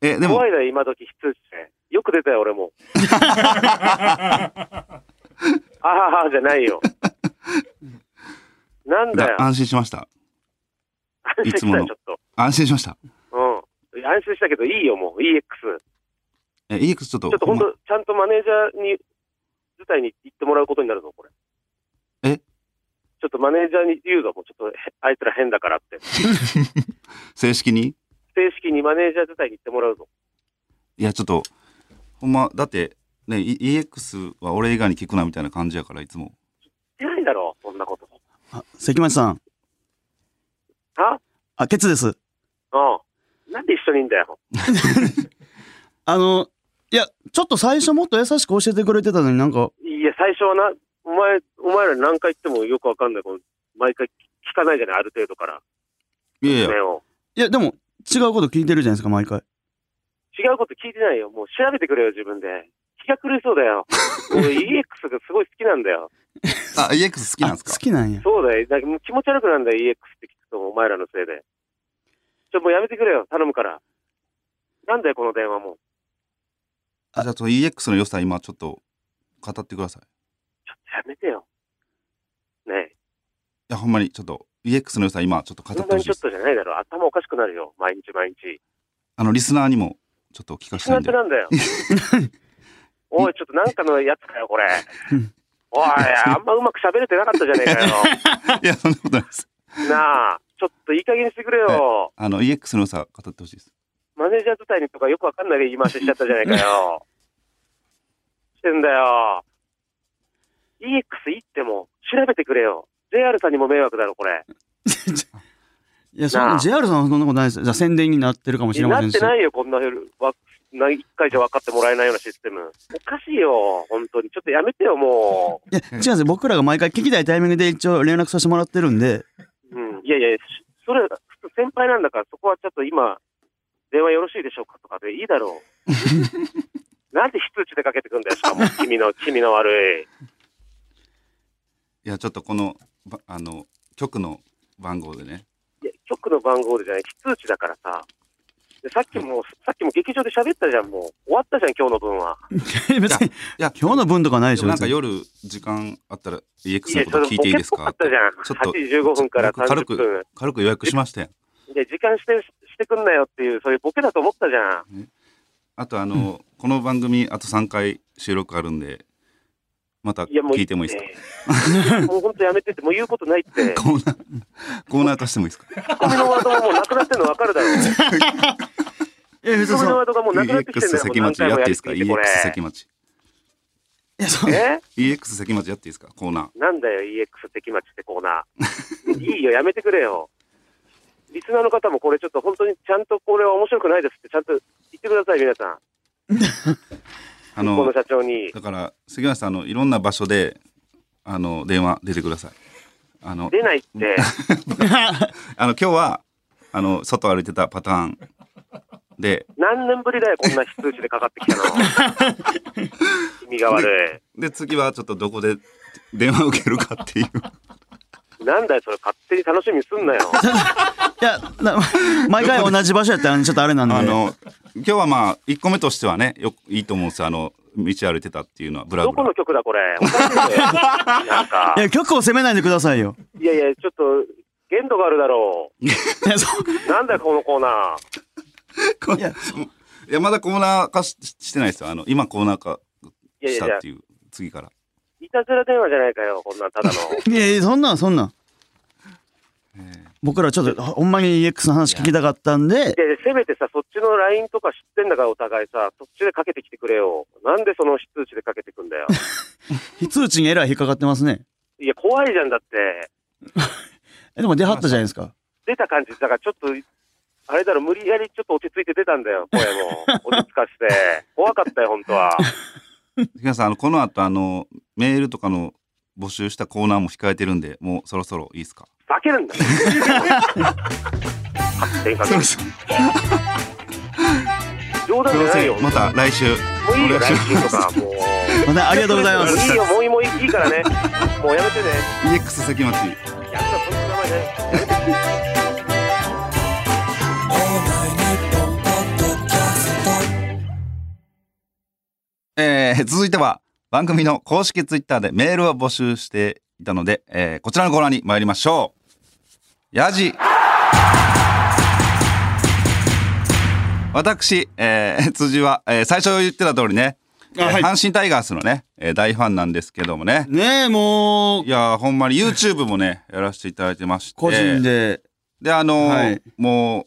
[SPEAKER 1] え、でも
[SPEAKER 3] 怖、いだよ、今時、非通知ね。よく出たよ、俺 も。あはは、じゃないよ。なんだ
[SPEAKER 1] だ
[SPEAKER 3] よ。
[SPEAKER 1] 安心しました。
[SPEAKER 3] 安心
[SPEAKER 1] いつ
[SPEAKER 3] し
[SPEAKER 1] も
[SPEAKER 3] た
[SPEAKER 1] の
[SPEAKER 3] よ、ちょっと。
[SPEAKER 1] 安心しました。
[SPEAKER 3] うん。安心したけど、いいよ、もう。EX。
[SPEAKER 1] え、EX ちょっと、
[SPEAKER 3] ちょっと本
[SPEAKER 1] ほんま
[SPEAKER 3] 当、ちゃんとマネージャーに、自体に言ってもらうことになるぞ、これ。
[SPEAKER 1] え
[SPEAKER 3] ちょっとマネージャーに言うぞ、もうちょっと、へあいつら変だからって。
[SPEAKER 1] 正式に
[SPEAKER 3] 正式にマネージャー自体に言ってもらうぞ。
[SPEAKER 1] いや、ちょっと、ほんま、だって、ね、E- EX は俺以外に聞くなみたいな感じやから、いつも。
[SPEAKER 3] 言ってないだろ、そんなこと。
[SPEAKER 2] あ関町さん。
[SPEAKER 3] は
[SPEAKER 2] あ、ケツです。
[SPEAKER 3] うん。なんで一緒にいんだよ。
[SPEAKER 2] あの、いや、ちょっと最初もっと優しく教えてくれてたのになんか、
[SPEAKER 3] いや、最初はな、お前、お前らに何回言ってもよくわかんない。この毎回聞かないじゃない、ある程度から。
[SPEAKER 1] いやいや、
[SPEAKER 3] 目を。
[SPEAKER 2] いや、でも違うこと聞いてるじゃないですか、毎回。
[SPEAKER 3] 違うこと聞いてないよ。もう調べてくれよ、自分で。気が狂いそうだ よ。俺 EX がすごい好きなんだよ。
[SPEAKER 1] あ、EX 好きなんです
[SPEAKER 2] あ
[SPEAKER 1] か
[SPEAKER 2] 好きなんや。
[SPEAKER 3] そうだよ。なんかもう気持ち悪くなんだよ、EX って聞くと、お前らのせいで。ちょ、もうやめてくれよ、頼むから。なんだよ、この電話も。
[SPEAKER 1] あじゃあ、その EX の良さ、今、ちょっと、語ってください。い
[SPEAKER 3] ちょっとやめてよ。ねえ、
[SPEAKER 1] や、ほんまに、ちょっと、EX の良さ、今、ちょっと語って
[SPEAKER 3] そんな
[SPEAKER 1] ほ
[SPEAKER 3] に
[SPEAKER 1] しい
[SPEAKER 3] ち
[SPEAKER 1] で
[SPEAKER 3] ょっ
[SPEAKER 1] す。
[SPEAKER 3] とじゃないだろ。頭おかしくなるよ、毎日毎日。
[SPEAKER 1] あの、リスナーにも、ちょっと聞かせ
[SPEAKER 3] 気
[SPEAKER 1] たい
[SPEAKER 3] なんって
[SPEAKER 1] で。
[SPEAKER 3] なんだよ。おい、ちょっとなんかのやつかよ、これ
[SPEAKER 2] うん。
[SPEAKER 3] おい、あんまうまく喋れてなかったじゃねえかよ。
[SPEAKER 1] いや、そんなことないです。
[SPEAKER 3] なあ、ちょっといい加減にしてくれよ。
[SPEAKER 1] あの、EX の良さ、語ってほしいです。
[SPEAKER 3] マネージャー自体にとかよくわかんない言い回ししちゃったじゃないかよ。してんだよ。EX 行っても調べてくれよ。JR さんにも迷惑だろ、これ。
[SPEAKER 2] いや、そん
[SPEAKER 3] な
[SPEAKER 2] な、
[SPEAKER 3] あ
[SPEAKER 2] JR さんはそんなことないです。じゃあ宣伝になってるかもしれま
[SPEAKER 3] な
[SPEAKER 2] せん
[SPEAKER 3] っ
[SPEAKER 2] し。
[SPEAKER 3] てないよ、こんな夜わな一回じゃ分かってもらえないようなシステム。おかしいよ、本当に。ちょっとやめてよ、も
[SPEAKER 2] いや、違うんですよ。僕らが毎回聞きたいタイミングで一応連絡させてもらってるんで、
[SPEAKER 3] う。うん、いやいや、しそれ、普通先輩なんだから、そこはちょっと今、電話よろしいでしょうかとかでいいだろ う。なんで非通知でかけてくんだよ、しかも。君の、君の悪い。
[SPEAKER 1] いや、ちょっと、この、ばあの、局の番号でね。
[SPEAKER 3] いや、局の番号でじゃない、非通知だからさ。でさっきも、さっきも劇場で喋ったじゃん、もう。終わったじゃん、今日の分は。
[SPEAKER 2] 別に、
[SPEAKER 1] いや、
[SPEAKER 2] 今日の分とかな
[SPEAKER 1] で
[SPEAKER 2] いでし
[SPEAKER 1] も
[SPEAKER 2] ょ。
[SPEAKER 1] なんか
[SPEAKER 2] 別に
[SPEAKER 1] 夜時間あったら EX
[SPEAKER 3] や
[SPEAKER 1] のこと聞いていいです
[SPEAKER 3] それもう
[SPEAKER 1] か
[SPEAKER 3] 結構か
[SPEAKER 1] ちょっ
[SPEAKER 3] った
[SPEAKER 1] と
[SPEAKER 3] じゃん。8時15分から
[SPEAKER 1] 軽
[SPEAKER 3] 30
[SPEAKER 1] く
[SPEAKER 3] 分。
[SPEAKER 1] 軽く予約しましたよ
[SPEAKER 3] いや、時間して、してくんなよっていう、そういうボケだと思ったじゃん。
[SPEAKER 1] あとあの、この番組あと3回収録あるんでまた
[SPEAKER 3] いや、もう。
[SPEAKER 1] 聞いてもいいですか
[SPEAKER 3] かもう本当やめてって、もう言うことないって。
[SPEAKER 1] コーナーコーナー化してもいいですか
[SPEAKER 3] ツッコミのワードがもうなくなってんの分かるだ ろ。ツッ
[SPEAKER 2] いや、別にそ
[SPEAKER 3] コミの
[SPEAKER 2] の
[SPEAKER 3] ワードがもうなくなってきてん
[SPEAKER 1] EX
[SPEAKER 3] だよ、
[SPEAKER 1] 関
[SPEAKER 3] もう何
[SPEAKER 1] 町
[SPEAKER 3] 回
[SPEAKER 1] やっていい
[SPEAKER 3] もやり
[SPEAKER 1] です
[SPEAKER 3] す
[SPEAKER 1] か
[SPEAKER 3] ぎて、こ
[SPEAKER 1] EX
[SPEAKER 3] れ。
[SPEAKER 1] 関町
[SPEAKER 2] いや、そう。
[SPEAKER 3] え
[SPEAKER 1] EX 関町やっていいですかコーナー
[SPEAKER 3] なんだよ、EX 関町ってコーナー。いいよ、やめてくれよ。リスナーの方もこれちょっと本当にちゃんとこれは面白くないですってちゃんと言ってください、皆さん。
[SPEAKER 1] あ
[SPEAKER 3] この
[SPEAKER 1] の
[SPEAKER 3] 社長に。
[SPEAKER 1] だから関町さんあのいろんな場所であの電話出てくださいあの
[SPEAKER 3] 出ないって。
[SPEAKER 1] あの今日はあの外歩いてたパターンで
[SPEAKER 3] 何年ぶりだよ、こんな非通知でかかってきたの。君が悪
[SPEAKER 1] で次はちょっとどこで電話受けるか っていう
[SPEAKER 3] い。なんだよ、それ勝手に楽しみにすんなよ。
[SPEAKER 2] いや、な毎回同じ場所やったら、ちょっとあれなんで。
[SPEAKER 1] あの今日はまあ1個目としてはねよくいいと思うんですよあの道歩いてたっていうのはブラ
[SPEAKER 3] ど
[SPEAKER 1] ブ
[SPEAKER 3] こ
[SPEAKER 1] ラ
[SPEAKER 3] の曲だ、これ。おかしいよなんか
[SPEAKER 2] い。や、曲を責めないでくださいよ。
[SPEAKER 3] いやいや、ちょっと、限度があるだろ
[SPEAKER 2] いや、そう。
[SPEAKER 3] う。なんだよこのコーナー。
[SPEAKER 2] いや、そ
[SPEAKER 1] いやまだコーナー化ししてないですよあの今コーナー化
[SPEAKER 3] いやい
[SPEAKER 1] し
[SPEAKER 3] や
[SPEAKER 1] た
[SPEAKER 3] いや
[SPEAKER 1] っ、ていう次から
[SPEAKER 3] いたずら電話じゃないかよ、こんなんただ の。
[SPEAKER 2] ういやいや、そんなん、そんなん。
[SPEAKER 1] え
[SPEAKER 2] 僕らちょっと、ほんまに EX の話聞きたかったんで、
[SPEAKER 3] で、せめてさ、そっちの LINE とか知ってんだから、お互いさ、そっちでかけてきてくれよ。なんでその非通知でかけてくん だよ。
[SPEAKER 2] 非通知にエラー引っかかってますね。
[SPEAKER 3] いや、怖いじゃんだって。
[SPEAKER 2] え、でも出はったじゃないですか。
[SPEAKER 3] 出た感じ、だからちょっと、あれだろ、無理やりちょっと落ち着いて出たんだよ、声も。落ち着かして。怖かったよ、本当は。
[SPEAKER 1] え日向さんあのこの後あのメールとかの募集したコーナーも控えてるんでもうそろそろいいですか
[SPEAKER 3] 化け るんだ。発展かける
[SPEAKER 1] そろ
[SPEAKER 3] 冗談
[SPEAKER 1] すいま
[SPEAKER 3] じゃない
[SPEAKER 1] せ
[SPEAKER 3] よ。
[SPEAKER 1] んまた来週
[SPEAKER 3] もういいよ、
[SPEAKER 1] お願
[SPEAKER 3] 来
[SPEAKER 1] いし
[SPEAKER 3] 週とか。もう。
[SPEAKER 2] またありがとうございます。
[SPEAKER 3] いいよ、もういいもういいいいからね。もうやめて
[SPEAKER 1] EX
[SPEAKER 3] ね。
[SPEAKER 1] 関町
[SPEAKER 3] やめろ、こいつの名前ね。
[SPEAKER 1] えー続いては番組の公式ツイッターでメールを募集していたので、えーこちらのコーナーに参りましょうやじ私、えー辻は、えー最初言ってた通りね、えー
[SPEAKER 2] あはい
[SPEAKER 1] 阪神タイガースのね、えー大ファンなんですけどもね
[SPEAKER 2] ねえ、もう
[SPEAKER 1] い、やーほんまに YouTube も ねやらせていただいてまして
[SPEAKER 2] 個人で、
[SPEAKER 1] であのー
[SPEAKER 2] はい
[SPEAKER 1] もう、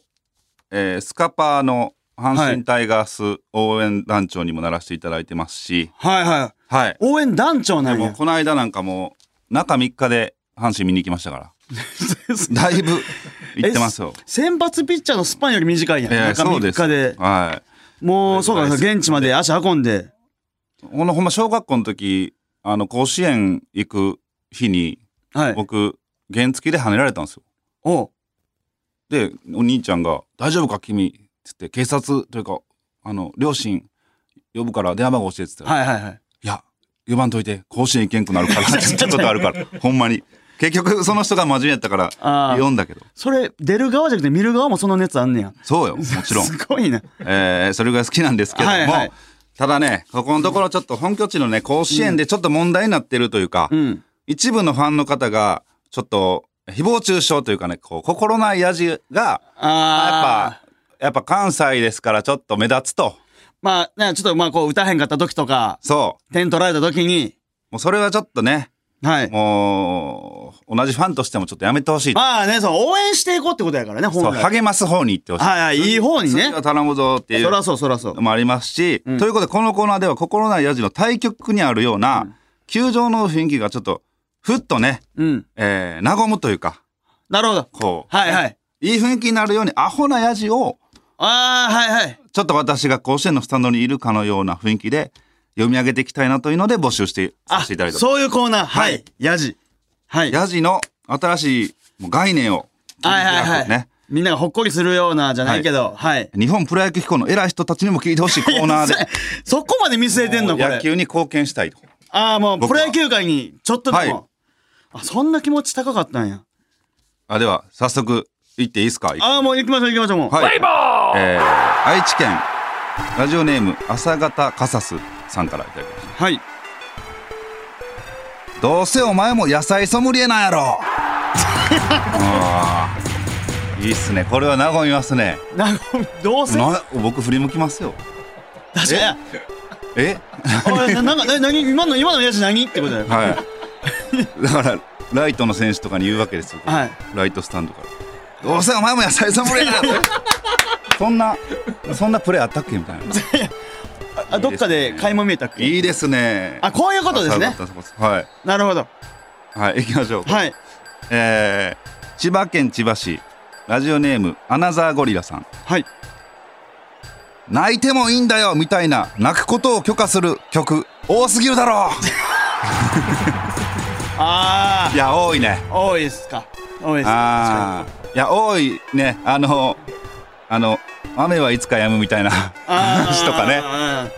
[SPEAKER 1] えースカパーの阪神タイガース応援団長にもならせていただいてますし、
[SPEAKER 2] はいはい。
[SPEAKER 1] はい、
[SPEAKER 2] 応援団長なん
[SPEAKER 1] でも
[SPEAKER 2] や。
[SPEAKER 1] この間なんかもう中3日で阪神見に行きましたからだいぶ 行ってますよ。
[SPEAKER 2] 先発ピッチャーのスパンより短いやん。
[SPEAKER 1] ええ
[SPEAKER 2] 中
[SPEAKER 1] そうで
[SPEAKER 2] 3
[SPEAKER 1] す。
[SPEAKER 2] 日で。
[SPEAKER 1] は
[SPEAKER 2] もう、そうか、
[SPEAKER 1] 大丈夫です
[SPEAKER 2] 現地まで足運んで。
[SPEAKER 1] い。ほんのほんま小学校の時あの甲子園行く日に
[SPEAKER 2] はい。
[SPEAKER 1] 僕原付で跳ねられたんですよ。
[SPEAKER 2] おう
[SPEAKER 1] でお兄ちゃんが「大丈夫か君」っつって警察というかあの両親呼ぶから電話番号教えてって言ったら
[SPEAKER 2] はいはいはい。
[SPEAKER 1] 「いや呼ばんといて甲子園行けんくなる から」って言ったことあるからほんまに結局その人が真面目やったから
[SPEAKER 2] ああ。
[SPEAKER 1] 呼んだけど
[SPEAKER 2] それ、出る側じゃなくて見る側もその熱あんねや。
[SPEAKER 1] そうよもちろん
[SPEAKER 2] すごいな。
[SPEAKER 1] えーそれぐらい好きなんですけども、
[SPEAKER 2] はいはい
[SPEAKER 1] ただねここのところちょっと本拠地のね甲子園でちょっと問題になってるというか、
[SPEAKER 2] うん。
[SPEAKER 1] 一部のファンの方がちょっと誹謗中傷というかねこう心ないやじがや
[SPEAKER 2] ああ。
[SPEAKER 1] っぱやっぱ関西ですからちょっと目立つと
[SPEAKER 2] まあ、ね、ちょっとまあ、こう、歌へんかった時とか、
[SPEAKER 1] そう
[SPEAKER 2] 点取られた時に、
[SPEAKER 1] もうそれはちょっとね
[SPEAKER 2] はい。
[SPEAKER 1] もう同じファンとしてもちょっとやめてほしいと
[SPEAKER 2] まあね、そう、応援していこうってことやからね、
[SPEAKER 1] そ
[SPEAKER 2] 本
[SPEAKER 1] う
[SPEAKER 2] 来。
[SPEAKER 1] 励ます方に行ってほしい。
[SPEAKER 2] はいはいいい方にね
[SPEAKER 1] 次は頼むぞっていう
[SPEAKER 2] そらそう、そらそう。
[SPEAKER 1] もありますし、
[SPEAKER 2] うん
[SPEAKER 1] ということでこのコーナーでは心ないやじの対局にあるような、球場の雰囲気がちょっとふっとね、
[SPEAKER 2] うん。
[SPEAKER 1] えー、和むというか
[SPEAKER 2] なるほど。
[SPEAKER 1] こう、
[SPEAKER 2] はいはい。
[SPEAKER 1] いい雰囲気になるようにアホなやじを
[SPEAKER 2] ああ、はいはい。
[SPEAKER 1] ちょっと私が甲子園のスタンドにいるかのような雰囲気で読み上げていきたいなというので募集してさ
[SPEAKER 2] あ
[SPEAKER 1] せていただいてます
[SPEAKER 2] そういうコーナー。は
[SPEAKER 1] はい
[SPEAKER 2] い。ヤジ。はい。
[SPEAKER 1] やじの新しいもう概念を
[SPEAKER 2] はいはいはい。
[SPEAKER 1] ね
[SPEAKER 2] みんながほっこりするようなじゃないけど、はい。
[SPEAKER 1] 日本プロ野球機構の偉い人たちにも聞いてほしいコーナーで
[SPEAKER 2] そこまで見据えてんのこ
[SPEAKER 1] 野
[SPEAKER 2] れ。
[SPEAKER 1] 球に貢献したいと
[SPEAKER 2] ああ、もうプ
[SPEAKER 1] 僕は
[SPEAKER 2] ロ野球界にちょっとで
[SPEAKER 1] はい
[SPEAKER 2] も。あ、そんな気持ち高かったんや。
[SPEAKER 1] あでは早速行っていいですか
[SPEAKER 2] ああ、もう行きましょう行きましょう、もう。
[SPEAKER 1] はい、えー愛知県ラジオネーム朝方カサスさんからいただきまし
[SPEAKER 2] はい。
[SPEAKER 1] たどうせお前も野菜ソムリエなんや ろあーいいっすねこれは和みますね
[SPEAKER 2] な るほど。どうせ。
[SPEAKER 1] な僕振り向きますよ
[SPEAKER 2] 確かに。
[SPEAKER 1] え
[SPEAKER 2] おいな なんか、な、なに、今の、今のやつ何ってことだよ。
[SPEAKER 1] はいだからライトの選手とかに言うわけですよ、
[SPEAKER 2] はい
[SPEAKER 1] ライトスタンドからどうせお前も野菜ソム リエなんやろそんなそんなプレーあったっけみ たいな
[SPEAKER 2] あ、どっかで買い物見えたっけ
[SPEAKER 1] いいですね
[SPEAKER 2] あ、こういうことですね
[SPEAKER 1] 朝。方カサスはい
[SPEAKER 2] なるほど。
[SPEAKER 1] はい行きましょう
[SPEAKER 2] はい。
[SPEAKER 1] えー千葉県千葉市ラジオネームアナザーゴリラさん
[SPEAKER 2] はい。
[SPEAKER 1] 泣いてもいいんだよみたいな泣くことを許可する曲多すぎるだろ
[SPEAKER 2] あ
[SPEAKER 1] ういや多いね
[SPEAKER 2] あ、多いですか。多いですか。
[SPEAKER 1] あーいや多いねあのあの雨はいつか止むみたいな話とかね
[SPEAKER 2] ね。だか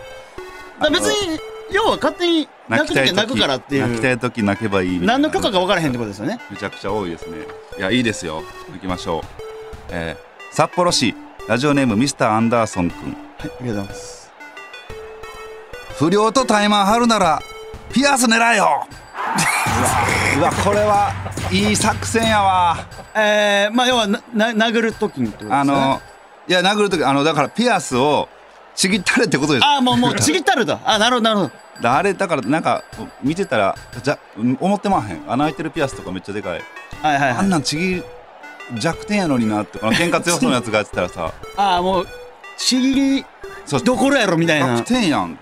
[SPEAKER 2] ら別に要は勝手に泣く時は泣くからって
[SPEAKER 1] 泣きた
[SPEAKER 2] いう
[SPEAKER 1] い時泣けばいいみたい
[SPEAKER 2] 何
[SPEAKER 1] な
[SPEAKER 2] の許可か分からへんってことですよね。
[SPEAKER 1] めちゃくちゃ多いですねいやいいですよ行きましょう、えー札幌市ラジオネームミスターアンダーソンくん
[SPEAKER 2] はい、ありがとうございます。
[SPEAKER 1] 不良とタイマン張るならピアス狙えようわこれはいい作戦やわ
[SPEAKER 2] えー、まあ要はなな殴る時にってことですね
[SPEAKER 1] あのいや殴る時あのだからピアスをちぎったれってことです
[SPEAKER 2] あーもうもうちぎったるとあなるほどなるほど
[SPEAKER 1] だあれだからなんか見てたらじゃ思ってまへん穴開いてるピアスとかめっちゃでかい
[SPEAKER 2] はいはい
[SPEAKER 1] あ
[SPEAKER 2] はい
[SPEAKER 1] んなんちぎる弱点やのになってこの喧嘩強そうなやつがやってたら さ
[SPEAKER 2] ああもうちぎり
[SPEAKER 1] そう
[SPEAKER 2] どころやろみたいな
[SPEAKER 1] 弱点やん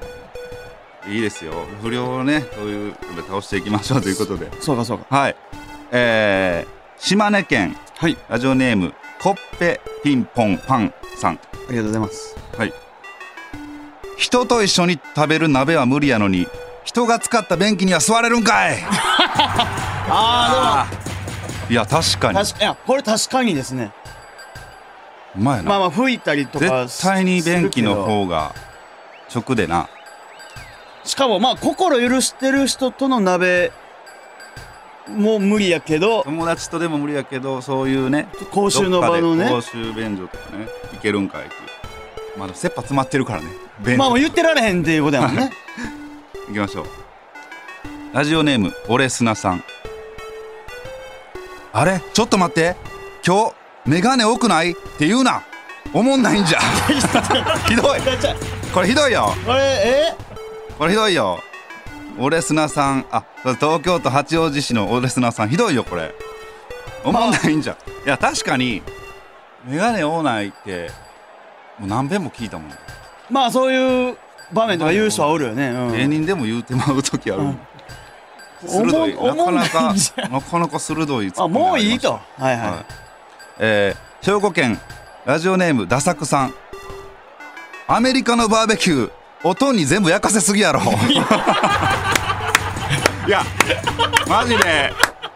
[SPEAKER 1] いいですよ不良をねそういうので倒していきましょうということで
[SPEAKER 2] そうかそうか
[SPEAKER 1] はいえー、島根県
[SPEAKER 2] はい
[SPEAKER 1] ラジオネームコッペピンポンパンさん
[SPEAKER 2] ありがとうございます
[SPEAKER 1] 人と一緒に食べる鍋は無理やのに人が使った便器には座れるんかい
[SPEAKER 2] あ
[SPEAKER 1] いや確か
[SPEAKER 2] あ
[SPEAKER 1] に
[SPEAKER 2] でも確かいやこれ確かにですね
[SPEAKER 1] うまいな
[SPEAKER 2] まあまあ吹いたりとか
[SPEAKER 1] 絶対に便器の
[SPEAKER 2] する
[SPEAKER 1] 方が直でな
[SPEAKER 2] けどしかもまあ心許してる人との鍋もう無理やけど
[SPEAKER 1] 友達とでも無理やけどそういうね
[SPEAKER 2] 公衆の場の
[SPEAKER 1] どっかで
[SPEAKER 2] ね
[SPEAKER 1] 公衆便所とかねいけるんかいっていうまだ切羽詰まってるからね便所
[SPEAKER 2] まあもう言ってられへんっていうことやもん ね
[SPEAKER 1] 行きましょうラジオネームオレスナさんあれちょっと待って今日メガネ多くないって言うなおもんないん じゃひどい
[SPEAKER 2] いやちゃ
[SPEAKER 1] これひどいよ
[SPEAKER 2] あれえ
[SPEAKER 1] これひどいよオレスナさんあそれ東京都八王子市のオレスナさんひどいよこれおもんないんじゃいや確かにメガネ多ないってもう何遍も聞いたもん
[SPEAKER 2] まあそういう場面とか言う人はおるよね、うん
[SPEAKER 1] 芸 人でも言うてまう時あるもん、
[SPEAKER 2] おもん
[SPEAKER 1] 鋭いなかな
[SPEAKER 2] おもんな
[SPEAKER 1] か
[SPEAKER 2] いんじゃ
[SPEAKER 1] なかなか鋭いツッ
[SPEAKER 2] あ
[SPEAKER 1] コミ
[SPEAKER 2] もう
[SPEAKER 1] り
[SPEAKER 2] い
[SPEAKER 1] ま
[SPEAKER 2] い
[SPEAKER 1] した
[SPEAKER 2] とはいはい、
[SPEAKER 1] はいえー兵庫県ラジオネームダサクさんアメリカのバーベキュー音に全部焼かせすぎやろいやマジで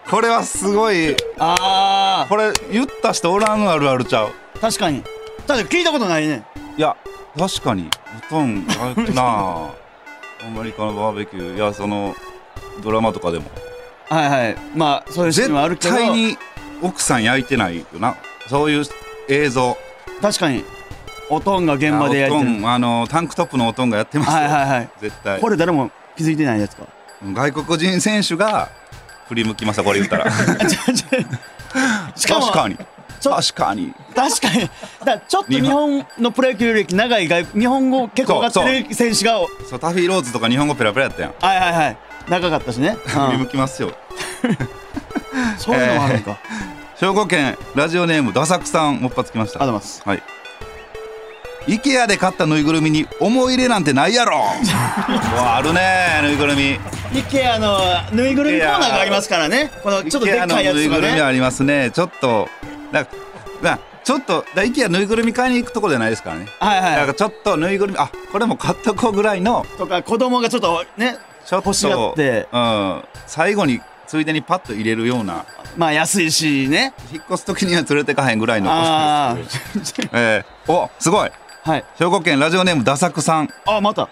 [SPEAKER 1] これはすごい
[SPEAKER 2] あ
[SPEAKER 1] これ言った人おらんあるあるちゃう
[SPEAKER 2] あ確かに確かに聞いたことないね
[SPEAKER 1] いや確かに音あるなあアメリカのバーベキューいやそのドラマとかでも
[SPEAKER 2] はいはいまあそういうシー
[SPEAKER 1] 絶
[SPEAKER 2] ンはあるけど
[SPEAKER 1] 対に奥さん焼いてないよなそういう映像
[SPEAKER 2] 確かにおとんが現場でやって
[SPEAKER 1] あお
[SPEAKER 2] る
[SPEAKER 1] とんあのタンクトップのおとんがやってますよ、
[SPEAKER 2] はいはいはい
[SPEAKER 1] 絶対
[SPEAKER 2] これ誰も気づいてない やつか
[SPEAKER 1] 外国人選手が振り向きましたこれ言った ら
[SPEAKER 2] あ違う違うしかも
[SPEAKER 1] 確かに
[SPEAKER 2] ちょ
[SPEAKER 1] 確かに
[SPEAKER 2] 確かにだからちょっと日本のプロ野球歴長い外日本語結構分かってる選手が
[SPEAKER 1] そうタフィーローズとか日本語ペラペラやったやん
[SPEAKER 2] はいはいはい長かった しね、
[SPEAKER 1] 振り
[SPEAKER 2] う
[SPEAKER 1] 向
[SPEAKER 2] ん、
[SPEAKER 1] きますよ
[SPEAKER 2] そういうのもあるんか、
[SPEAKER 1] 兵庫県ラジオネームダサクさんもっぱつきました
[SPEAKER 2] ありがとうございます
[SPEAKER 1] はい IKEA で買ったぬいぐるみに思い入れなんてない やろうわあるねぬいぐるみ
[SPEAKER 2] IKEA のぬいぐるみコーナーがありますからねこのちょっとでっかいや
[SPEAKER 1] IKEA のぬ
[SPEAKER 2] つ
[SPEAKER 1] い
[SPEAKER 2] が
[SPEAKER 1] ぐるみ
[SPEAKER 2] ね
[SPEAKER 1] ありますねちょっとなんかなんかちょっとだ IKEA ぬいぐるみ買いに行くとこじゃないですからね
[SPEAKER 2] はいはい
[SPEAKER 1] なんかちょっとぬいぐるみあこれも買っとこうぐらいの
[SPEAKER 2] とか子供がちょっとね
[SPEAKER 1] ちょっと
[SPEAKER 2] 欲しがって
[SPEAKER 1] うん、最後についでにパッと入れるような
[SPEAKER 2] まあ安いしね
[SPEAKER 1] 引っ越す時には連れてかへんぐらいの
[SPEAKER 2] あ
[SPEAKER 1] えーおすごい
[SPEAKER 2] あはい
[SPEAKER 1] 兵庫県ラジオネームダサクさん
[SPEAKER 2] あまたあ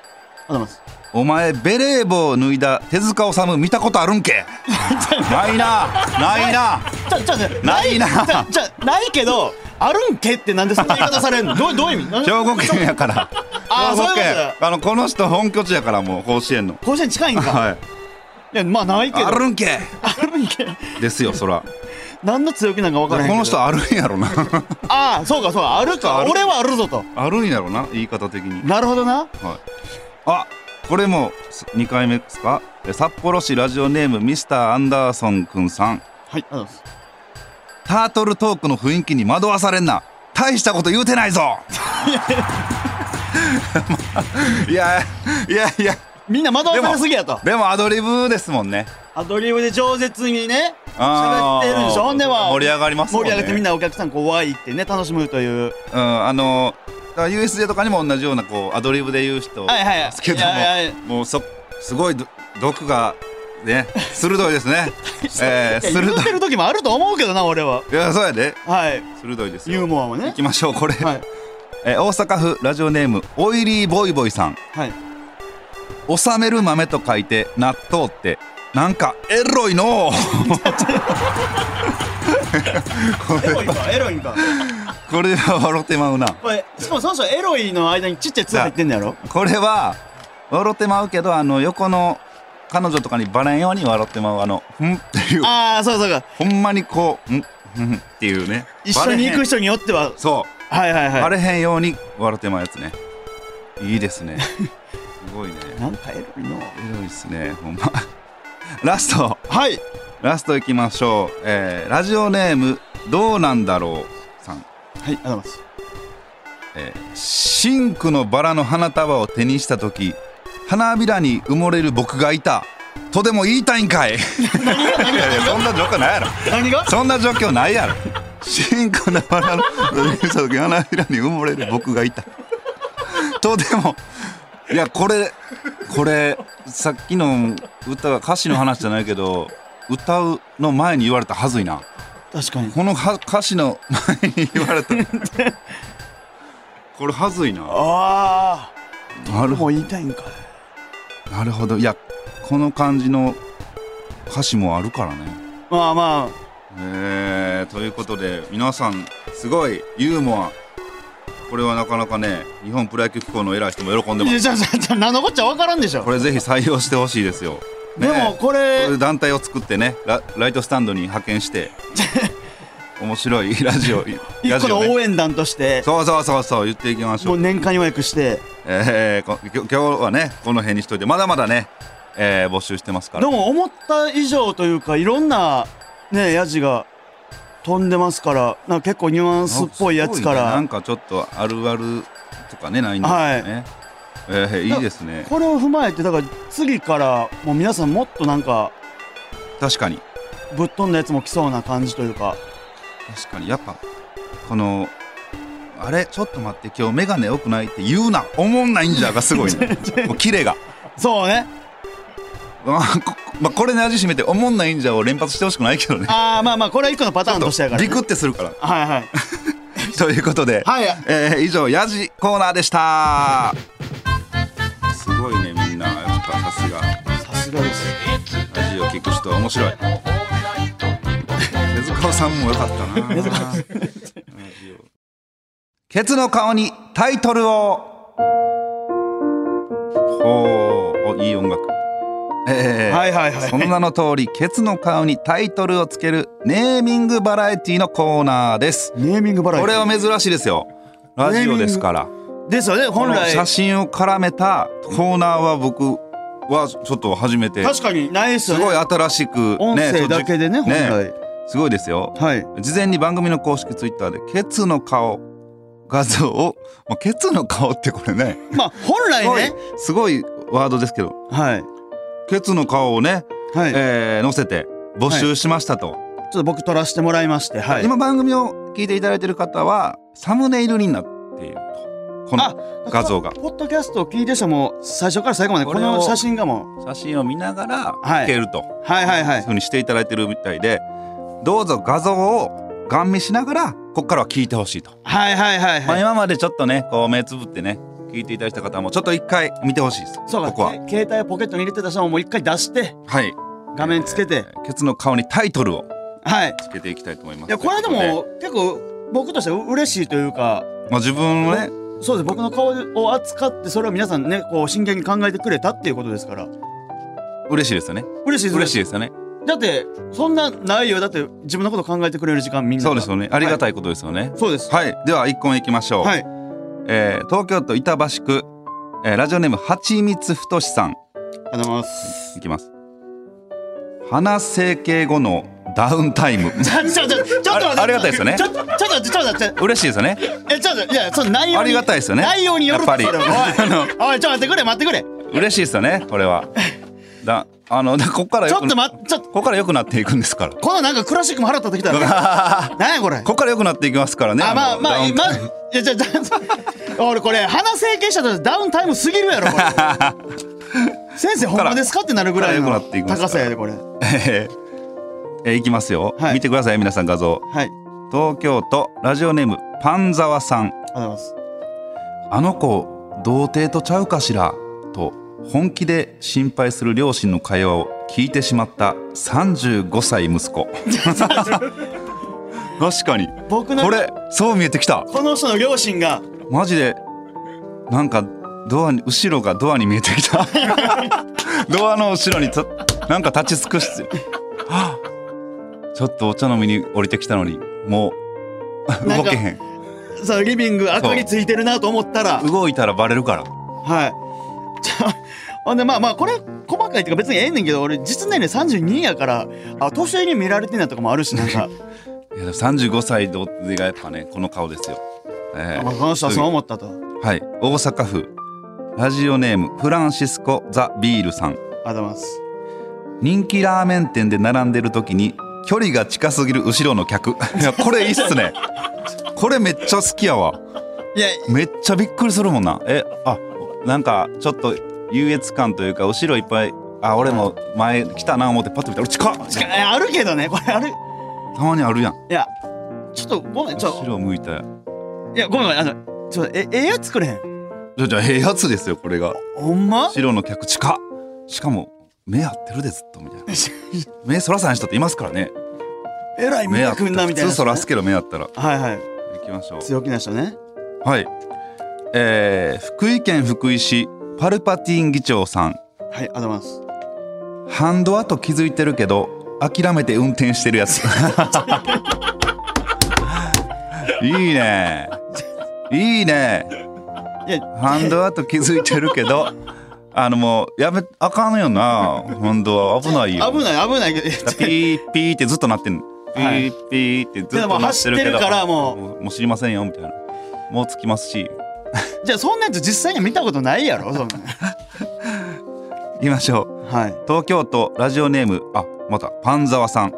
[SPEAKER 2] りがとうございます
[SPEAKER 1] お前ベレー帽を脱いだ手塚治虫見たことあるん けないなないな
[SPEAKER 2] ちょちょちょ
[SPEAKER 1] ないな
[SPEAKER 2] ちょちょないけどあるんけってなんでそんな言い方されるのどうどういう意味
[SPEAKER 1] 兵庫県やから
[SPEAKER 2] あー
[SPEAKER 1] 兵
[SPEAKER 2] そ
[SPEAKER 1] 庫
[SPEAKER 2] ういうこと
[SPEAKER 1] 県
[SPEAKER 2] だ
[SPEAKER 1] あのこの人本拠地やからもう甲子園の
[SPEAKER 2] 甲子園近いんか
[SPEAKER 1] はい
[SPEAKER 2] いやまあないけど
[SPEAKER 1] あるんけ
[SPEAKER 2] あるんけ
[SPEAKER 1] ですよそら
[SPEAKER 2] 何の強気なんか分
[SPEAKER 1] こ
[SPEAKER 2] からへんけど
[SPEAKER 1] の人あるんやろな
[SPEAKER 2] ああそうかそうかあるか
[SPEAKER 1] ある
[SPEAKER 2] 俺はあるぞと
[SPEAKER 1] あるんやろな言い方的に
[SPEAKER 2] なるほどな
[SPEAKER 1] はい、あこれも2回目ですかえ札幌市ラジオネームミスターアンダーソンくんさん
[SPEAKER 2] はいありがとうございます
[SPEAKER 1] タートルトークの雰囲気に惑わされんな大したこと言うてないぞ いやいやいや
[SPEAKER 2] みんな惑わされすぎやと
[SPEAKER 1] でもアドリブですもんね
[SPEAKER 2] アドリブで饒舌にね喋
[SPEAKER 1] あ
[SPEAKER 2] っ
[SPEAKER 1] ー
[SPEAKER 2] てるんでしょほんでは
[SPEAKER 1] 盛り上がりますもんね
[SPEAKER 2] 盛り上がってみんなお客さんこうわーいってね楽しむという
[SPEAKER 1] うんあのだから USJ とかにも同じようなこうアドリブで言う人
[SPEAKER 2] はいはい
[SPEAKER 1] ですけども、
[SPEAKER 2] いやいや
[SPEAKER 1] もうそすごいど毒がね鋭いですね、えー、
[SPEAKER 2] いや
[SPEAKER 1] 鋭
[SPEAKER 2] 言って
[SPEAKER 1] い
[SPEAKER 2] る時もあると思うけどな俺はい
[SPEAKER 1] やそうやで
[SPEAKER 2] はい
[SPEAKER 1] 鋭いですよ
[SPEAKER 2] ユーモアも
[SPEAKER 1] 行
[SPEAKER 2] ね
[SPEAKER 1] きましょうこれ、
[SPEAKER 2] はい
[SPEAKER 1] えー大阪府ラジオネームオイリーボイボイさん
[SPEAKER 2] はい
[SPEAKER 1] 「納める豆」と書いて「納豆」ってなんかエロいの う
[SPEAKER 2] エロいかエロいか
[SPEAKER 1] これは笑ってまうな
[SPEAKER 2] これしかもそもそもエロいの間にちっちゃい「つ」入ってんだやろ
[SPEAKER 1] これは笑ってまうけどあの横の彼女とかにバレんように笑ってまうあの「ん」っていう
[SPEAKER 2] ああそうそうそう
[SPEAKER 1] ほんまにこう「ん」んっていうね
[SPEAKER 2] 一緒に
[SPEAKER 1] バレへ
[SPEAKER 2] 行く
[SPEAKER 1] ん
[SPEAKER 2] 人によっては
[SPEAKER 1] そう
[SPEAKER 2] はいはいはい
[SPEAKER 1] バレへんように笑ってまうやつねいいですねすごいね
[SPEAKER 2] なんかエロいの
[SPEAKER 1] エロいっすねほんまラスト
[SPEAKER 2] はい
[SPEAKER 1] ラストいきましょう、えーラジオネームどうなんだろうさん、
[SPEAKER 2] はいありがとうございます
[SPEAKER 1] えーシンクのバラの花束を手にした時花びらに埋もれる僕がいたとでも言いたいん かいいやいやそんな状況ないやろ
[SPEAKER 2] 何が
[SPEAKER 1] そんな状況ないやろシンクのバラの手にした時花びらに埋もれる僕がいたとでもいやこれこれさっきの歌歌詞の話じゃないけど歌うの前に言われたはずいな
[SPEAKER 2] 確かに
[SPEAKER 1] このは歌詞の前に言われたこれはずいな
[SPEAKER 2] あ
[SPEAKER 1] な
[SPEAKER 2] あ
[SPEAKER 1] る
[SPEAKER 2] も
[SPEAKER 1] ほ
[SPEAKER 2] う言いたいんかい
[SPEAKER 1] なるほどいやこの感じの歌詞もあるからね
[SPEAKER 2] まあまあ
[SPEAKER 1] えーということで皆さんすごいユーモアこれはなかなかね日本プロ野球機構の偉い人も喜んでま
[SPEAKER 2] いや
[SPEAKER 1] す
[SPEAKER 2] じゃあじゃあじゃあ何のこっちゃ分からんでしょ
[SPEAKER 1] これぜひ採用してほしいですよ、ね
[SPEAKER 2] でもこれ
[SPEAKER 1] これ団体を作ってねラライトスタンドに派遣して 面白いラジオラ
[SPEAKER 2] 一個
[SPEAKER 1] ジ
[SPEAKER 2] の
[SPEAKER 1] オ、ね、
[SPEAKER 2] 応援団として
[SPEAKER 1] そうそうそうそう言っていきましょ
[SPEAKER 2] も
[SPEAKER 1] う
[SPEAKER 2] う年間予約して
[SPEAKER 1] えーこきょ今日はねこの辺にしといてまだまだね、えー募集してますか
[SPEAKER 2] で
[SPEAKER 1] ら
[SPEAKER 2] も思った以上というかいろんなねヤジが飛んでますからなんか結構ニュアンスっぽいやつか
[SPEAKER 1] な
[SPEAKER 2] ら
[SPEAKER 1] んかちょっとあるあるとかねないんですよね、えーいいですね
[SPEAKER 2] これを踏まえてだから次からもう皆さんもっとなんか
[SPEAKER 1] 確かに
[SPEAKER 2] ぶっ飛んだやつも来そうな感じというか
[SPEAKER 1] 確かにやっぱこのあれちょっと待って今日メガネ多くないって言うな思んないんじゃがすごい ねもうキレが
[SPEAKER 2] そうね
[SPEAKER 1] あこ,、まあ、これに味しめて思んないんじゃを連発してほしくないけどね
[SPEAKER 2] ああまあまあこれは一個のパターンとしてやから、
[SPEAKER 1] ビ
[SPEAKER 2] ね、
[SPEAKER 1] クってするから
[SPEAKER 2] はいはい
[SPEAKER 1] ということで、
[SPEAKER 2] はい
[SPEAKER 1] えー以上ヤジコーナーでしたすごいねみんなやっぱさすが
[SPEAKER 2] さすがです
[SPEAKER 1] ラジオ聞く人は面白 い手塚さんも良かった なケツの顔にタイトルをほうおいい音楽えー
[SPEAKER 2] はいはいはい
[SPEAKER 1] その名の通りケツの顔にタイトルをつけるネーミングバラエティのコーナーです
[SPEAKER 2] ネーミングバラエ
[SPEAKER 1] こ
[SPEAKER 2] テ
[SPEAKER 1] れは
[SPEAKER 2] ィ
[SPEAKER 1] 珍しいですよラジオですから
[SPEAKER 2] ですよね
[SPEAKER 1] こ
[SPEAKER 2] 本
[SPEAKER 1] の
[SPEAKER 2] 来
[SPEAKER 1] 写真を絡めたコーナーは僕はちょっと初めて
[SPEAKER 2] 確かにないです
[SPEAKER 1] す
[SPEAKER 2] よね
[SPEAKER 1] ごい新しく
[SPEAKER 2] 音声だけでね
[SPEAKER 1] ね
[SPEAKER 2] 本来
[SPEAKER 1] すごいですよ
[SPEAKER 2] はい
[SPEAKER 1] 事前に番組の公式ツイッターで「ケツの顔」画像を、まあ、ケツの顔ってこれね
[SPEAKER 2] まあ本
[SPEAKER 1] すご
[SPEAKER 2] 来
[SPEAKER 1] い
[SPEAKER 2] ね
[SPEAKER 1] すごいワードですけど
[SPEAKER 2] はい
[SPEAKER 1] ケツの顔をね、
[SPEAKER 2] はい、
[SPEAKER 1] えー載せて募集しましたと、
[SPEAKER 2] ちょっと僕撮らせてもらいまして、はい。
[SPEAKER 1] 今番組を聞いていただいている方はサムネイルになっているとこの画像が
[SPEAKER 2] ポッドキャストを聞いてる人も最初から最後までこ
[SPEAKER 1] これを
[SPEAKER 2] の写真がもう
[SPEAKER 1] 写真を見ながら
[SPEAKER 2] はい
[SPEAKER 1] 聞けると、
[SPEAKER 2] はいはいは
[SPEAKER 1] そういう
[SPEAKER 2] い
[SPEAKER 1] ふうにしていただいてるみたいでどうぞ画像をガン見しながらここからは聞いてほしいと、
[SPEAKER 2] はいはいはい
[SPEAKER 1] まあ、
[SPEAKER 2] はい。
[SPEAKER 1] 今までちょっとねこう目つぶってね聞いていただいた方もちょっと一回見てほしいです
[SPEAKER 2] そう
[SPEAKER 1] こ
[SPEAKER 2] か
[SPEAKER 1] こは
[SPEAKER 2] け携帯をポケットに入れてた人ももう一回出して
[SPEAKER 1] はい
[SPEAKER 2] 画面つけて、
[SPEAKER 1] えーケツの顔にタイトルを
[SPEAKER 2] はい。
[SPEAKER 1] つけていきたいと思います
[SPEAKER 2] いやこれで
[SPEAKER 1] という
[SPEAKER 2] も結構僕としては嬉しいというか、
[SPEAKER 1] とでまあ、自分をね
[SPEAKER 2] そうです僕の顔を扱ってそれを皆さんねこう真剣に考えてくれたっていうことですから
[SPEAKER 1] 嬉しいですよね
[SPEAKER 2] 嬉しいです
[SPEAKER 1] 嬉しいですよね
[SPEAKER 2] だってそんなないよだって自分のこと考えてくれる時間みんなが
[SPEAKER 1] そうですよねありが
[SPEAKER 2] は
[SPEAKER 1] たいことですよね
[SPEAKER 2] い、そうです
[SPEAKER 1] はい、では一個目いきましょう、
[SPEAKER 2] はい
[SPEAKER 1] えー東京都板橋区、えーラジオネームはちみつふとしさん
[SPEAKER 2] ありがとうございます
[SPEAKER 1] いきます鼻整形後のダウンタイム
[SPEAKER 2] ちょちょちょちょっと待って
[SPEAKER 1] あありがたいですよね
[SPEAKER 2] ちょちょっと待ってちょっと待って
[SPEAKER 1] 嬉しいです よね
[SPEAKER 2] えちょっといやその内容に
[SPEAKER 1] ありがたいですよね
[SPEAKER 2] 内容によ
[SPEAKER 1] や
[SPEAKER 2] る
[SPEAKER 1] っぱり
[SPEAKER 2] それは
[SPEAKER 1] あの
[SPEAKER 2] おいおいちょっと待ってくれ待ってくれ
[SPEAKER 1] 嬉しいですよねこれはだあのだここから
[SPEAKER 2] ち
[SPEAKER 1] よ
[SPEAKER 2] ょっ
[SPEAKER 1] く
[SPEAKER 2] と
[SPEAKER 1] こ
[SPEAKER 2] 待ってちょっと
[SPEAKER 1] こから良くなっていくんですから
[SPEAKER 2] このなんかクラシックも払ったってきたな何やこれ
[SPEAKER 1] ここから良 くなっていきますからね
[SPEAKER 2] あまあ
[SPEAKER 1] の
[SPEAKER 2] まあ
[SPEAKER 1] ダ
[SPEAKER 2] ま
[SPEAKER 1] ウ
[SPEAKER 2] あ
[SPEAKER 1] ンタイム
[SPEAKER 2] いやじゃじゃ俺これ鼻整形したとダウンタイムすぎるやろこれ先生ほんまですかってなるぐらい
[SPEAKER 1] ここから良
[SPEAKER 2] の
[SPEAKER 1] くなっていきますから
[SPEAKER 2] 高さやでこれは
[SPEAKER 1] えー えーいきますよ、
[SPEAKER 2] はい
[SPEAKER 1] 見てください皆さん画像
[SPEAKER 2] い
[SPEAKER 1] 東京都ラジオネームパンザワさん
[SPEAKER 2] ありがとうございます
[SPEAKER 1] あの子童貞とちゃうかしらと本気で心配する両親の会話を聞いてしまった35歳息 子 確かに
[SPEAKER 2] 僕の
[SPEAKER 1] これそう見えてきた
[SPEAKER 2] この人の両親が
[SPEAKER 1] マジでなんかドアに後ろがドアに見えてき たドアの後ろにたなんか立ち尽くしてはぁちょっとお茶飲みに降りてきたのにもう
[SPEAKER 2] なん
[SPEAKER 1] 動
[SPEAKER 2] か
[SPEAKER 1] けへん
[SPEAKER 2] さあリビング明かりついてるなと思ったら
[SPEAKER 1] 動いたらバレるから
[SPEAKER 2] はい。 じゃあほんでまあまあこれ細かいっていうか別にええねんけど俺実年齢32やからあ年上に見られてんなとかもあるしなん か
[SPEAKER 1] いやでも35歳どうがやっぱねこの顔ですよ、ええ
[SPEAKER 2] まあこの人はそう思ったと
[SPEAKER 1] はい大阪府ラジオネームフランシスコ・ザ・ビールさん
[SPEAKER 2] ありがとうございます
[SPEAKER 1] 人気ラーメン店で並んでる時に距離が近すぎる後ろの 客いやこれいいっすねこれめっちゃ好きやわ
[SPEAKER 2] いや
[SPEAKER 1] めっちゃびっくりするもんなえあなんかちょっと優越感というか後ろいっぱいあ俺も前来たな思ってパッと見たら近っ
[SPEAKER 2] いやあるけどねこれあるい
[SPEAKER 1] たまにあるやん
[SPEAKER 2] やちょっとごめんちょ
[SPEAKER 1] 後ろ向いた
[SPEAKER 2] いやごめんごめんあのちょっとえええやつ作れへん
[SPEAKER 1] じゃじゃええやつですよこれが
[SPEAKER 2] ほんま
[SPEAKER 1] 後ろの客近っしかも目合ってるでずっとみたいな目そらさない人っていますからね
[SPEAKER 2] えらい目
[SPEAKER 1] 目合
[SPEAKER 2] が
[SPEAKER 1] って
[SPEAKER 2] くんなみ
[SPEAKER 1] 普
[SPEAKER 2] たいな
[SPEAKER 1] 通そらすけど目合ったら
[SPEAKER 2] はいはい
[SPEAKER 1] 行きましょう
[SPEAKER 2] 強気な人ね
[SPEAKER 1] はい、えー、福井県福井市パルパティーン議長さん
[SPEAKER 2] はいありがとうございます
[SPEAKER 1] ハンドアと気づいてるけど諦めて運転してるやつ いいねいいね
[SPEAKER 2] いや
[SPEAKER 1] ハンドアと気づいてるけどあのもうやめあかんよな本当は危ないよ
[SPEAKER 2] 危ない危ないけどいや
[SPEAKER 1] ピーピーってずっと鳴ってんのピ
[SPEAKER 2] はい
[SPEAKER 1] ーピーってずっと鳴ってるけ
[SPEAKER 2] でも走ってる
[SPEAKER 1] ど
[SPEAKER 2] からもう
[SPEAKER 1] もうもう知りませんよみたいなもう着きますし
[SPEAKER 2] じゃあそんなやつ実際には見たことないやろそんな
[SPEAKER 1] 行きましょう
[SPEAKER 2] はい
[SPEAKER 1] 東京都ラジオネームあまたパンザワさん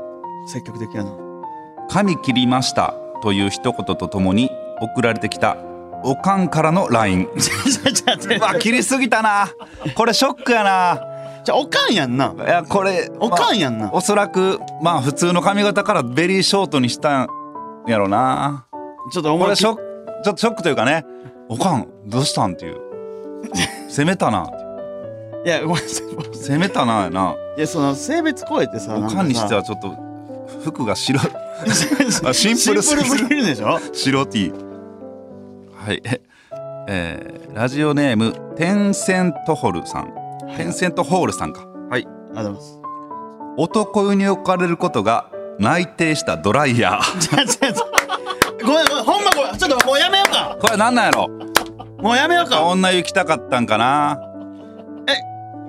[SPEAKER 2] 積極的やな
[SPEAKER 1] 「髪切りました」という一言とともに送られてきたおかんからの LINE
[SPEAKER 2] じゃあじゃあじゃ
[SPEAKER 1] うわ切りすぎたなこれショックやな
[SPEAKER 2] あじゃあおかんやんない
[SPEAKER 1] やこれ
[SPEAKER 2] おかんやん
[SPEAKER 1] ま
[SPEAKER 2] な
[SPEAKER 1] あおそらくまあ普通の髪型からベリーショートにしたんやろな
[SPEAKER 2] ちょっと
[SPEAKER 1] こ
[SPEAKER 2] 思い
[SPEAKER 1] れ
[SPEAKER 2] っき
[SPEAKER 1] ショックちょっとショックというかねおかんどうしたんっていう攻めたなっていう
[SPEAKER 2] いやごめんなさい
[SPEAKER 1] 攻めたなやない
[SPEAKER 2] やその性別超えてさ
[SPEAKER 1] お
[SPEAKER 2] なんか
[SPEAKER 1] か
[SPEAKER 2] さ
[SPEAKER 1] んにしてはちょっと服が白い あシンプルすぎる
[SPEAKER 2] シンプルすぎるでしょ
[SPEAKER 1] 白 T はいええーラジオネームテンセントホルさんテンセントホールさんかはい
[SPEAKER 2] ありがとうござい
[SPEAKER 1] 男湯に置かれることが内定したドライヤー
[SPEAKER 2] ますじゃあじゃあごめんごめんほんまごめんちょっともうやめようか
[SPEAKER 1] これなんなんやろ
[SPEAKER 2] もうやめようか
[SPEAKER 1] 女湯来たかったんかな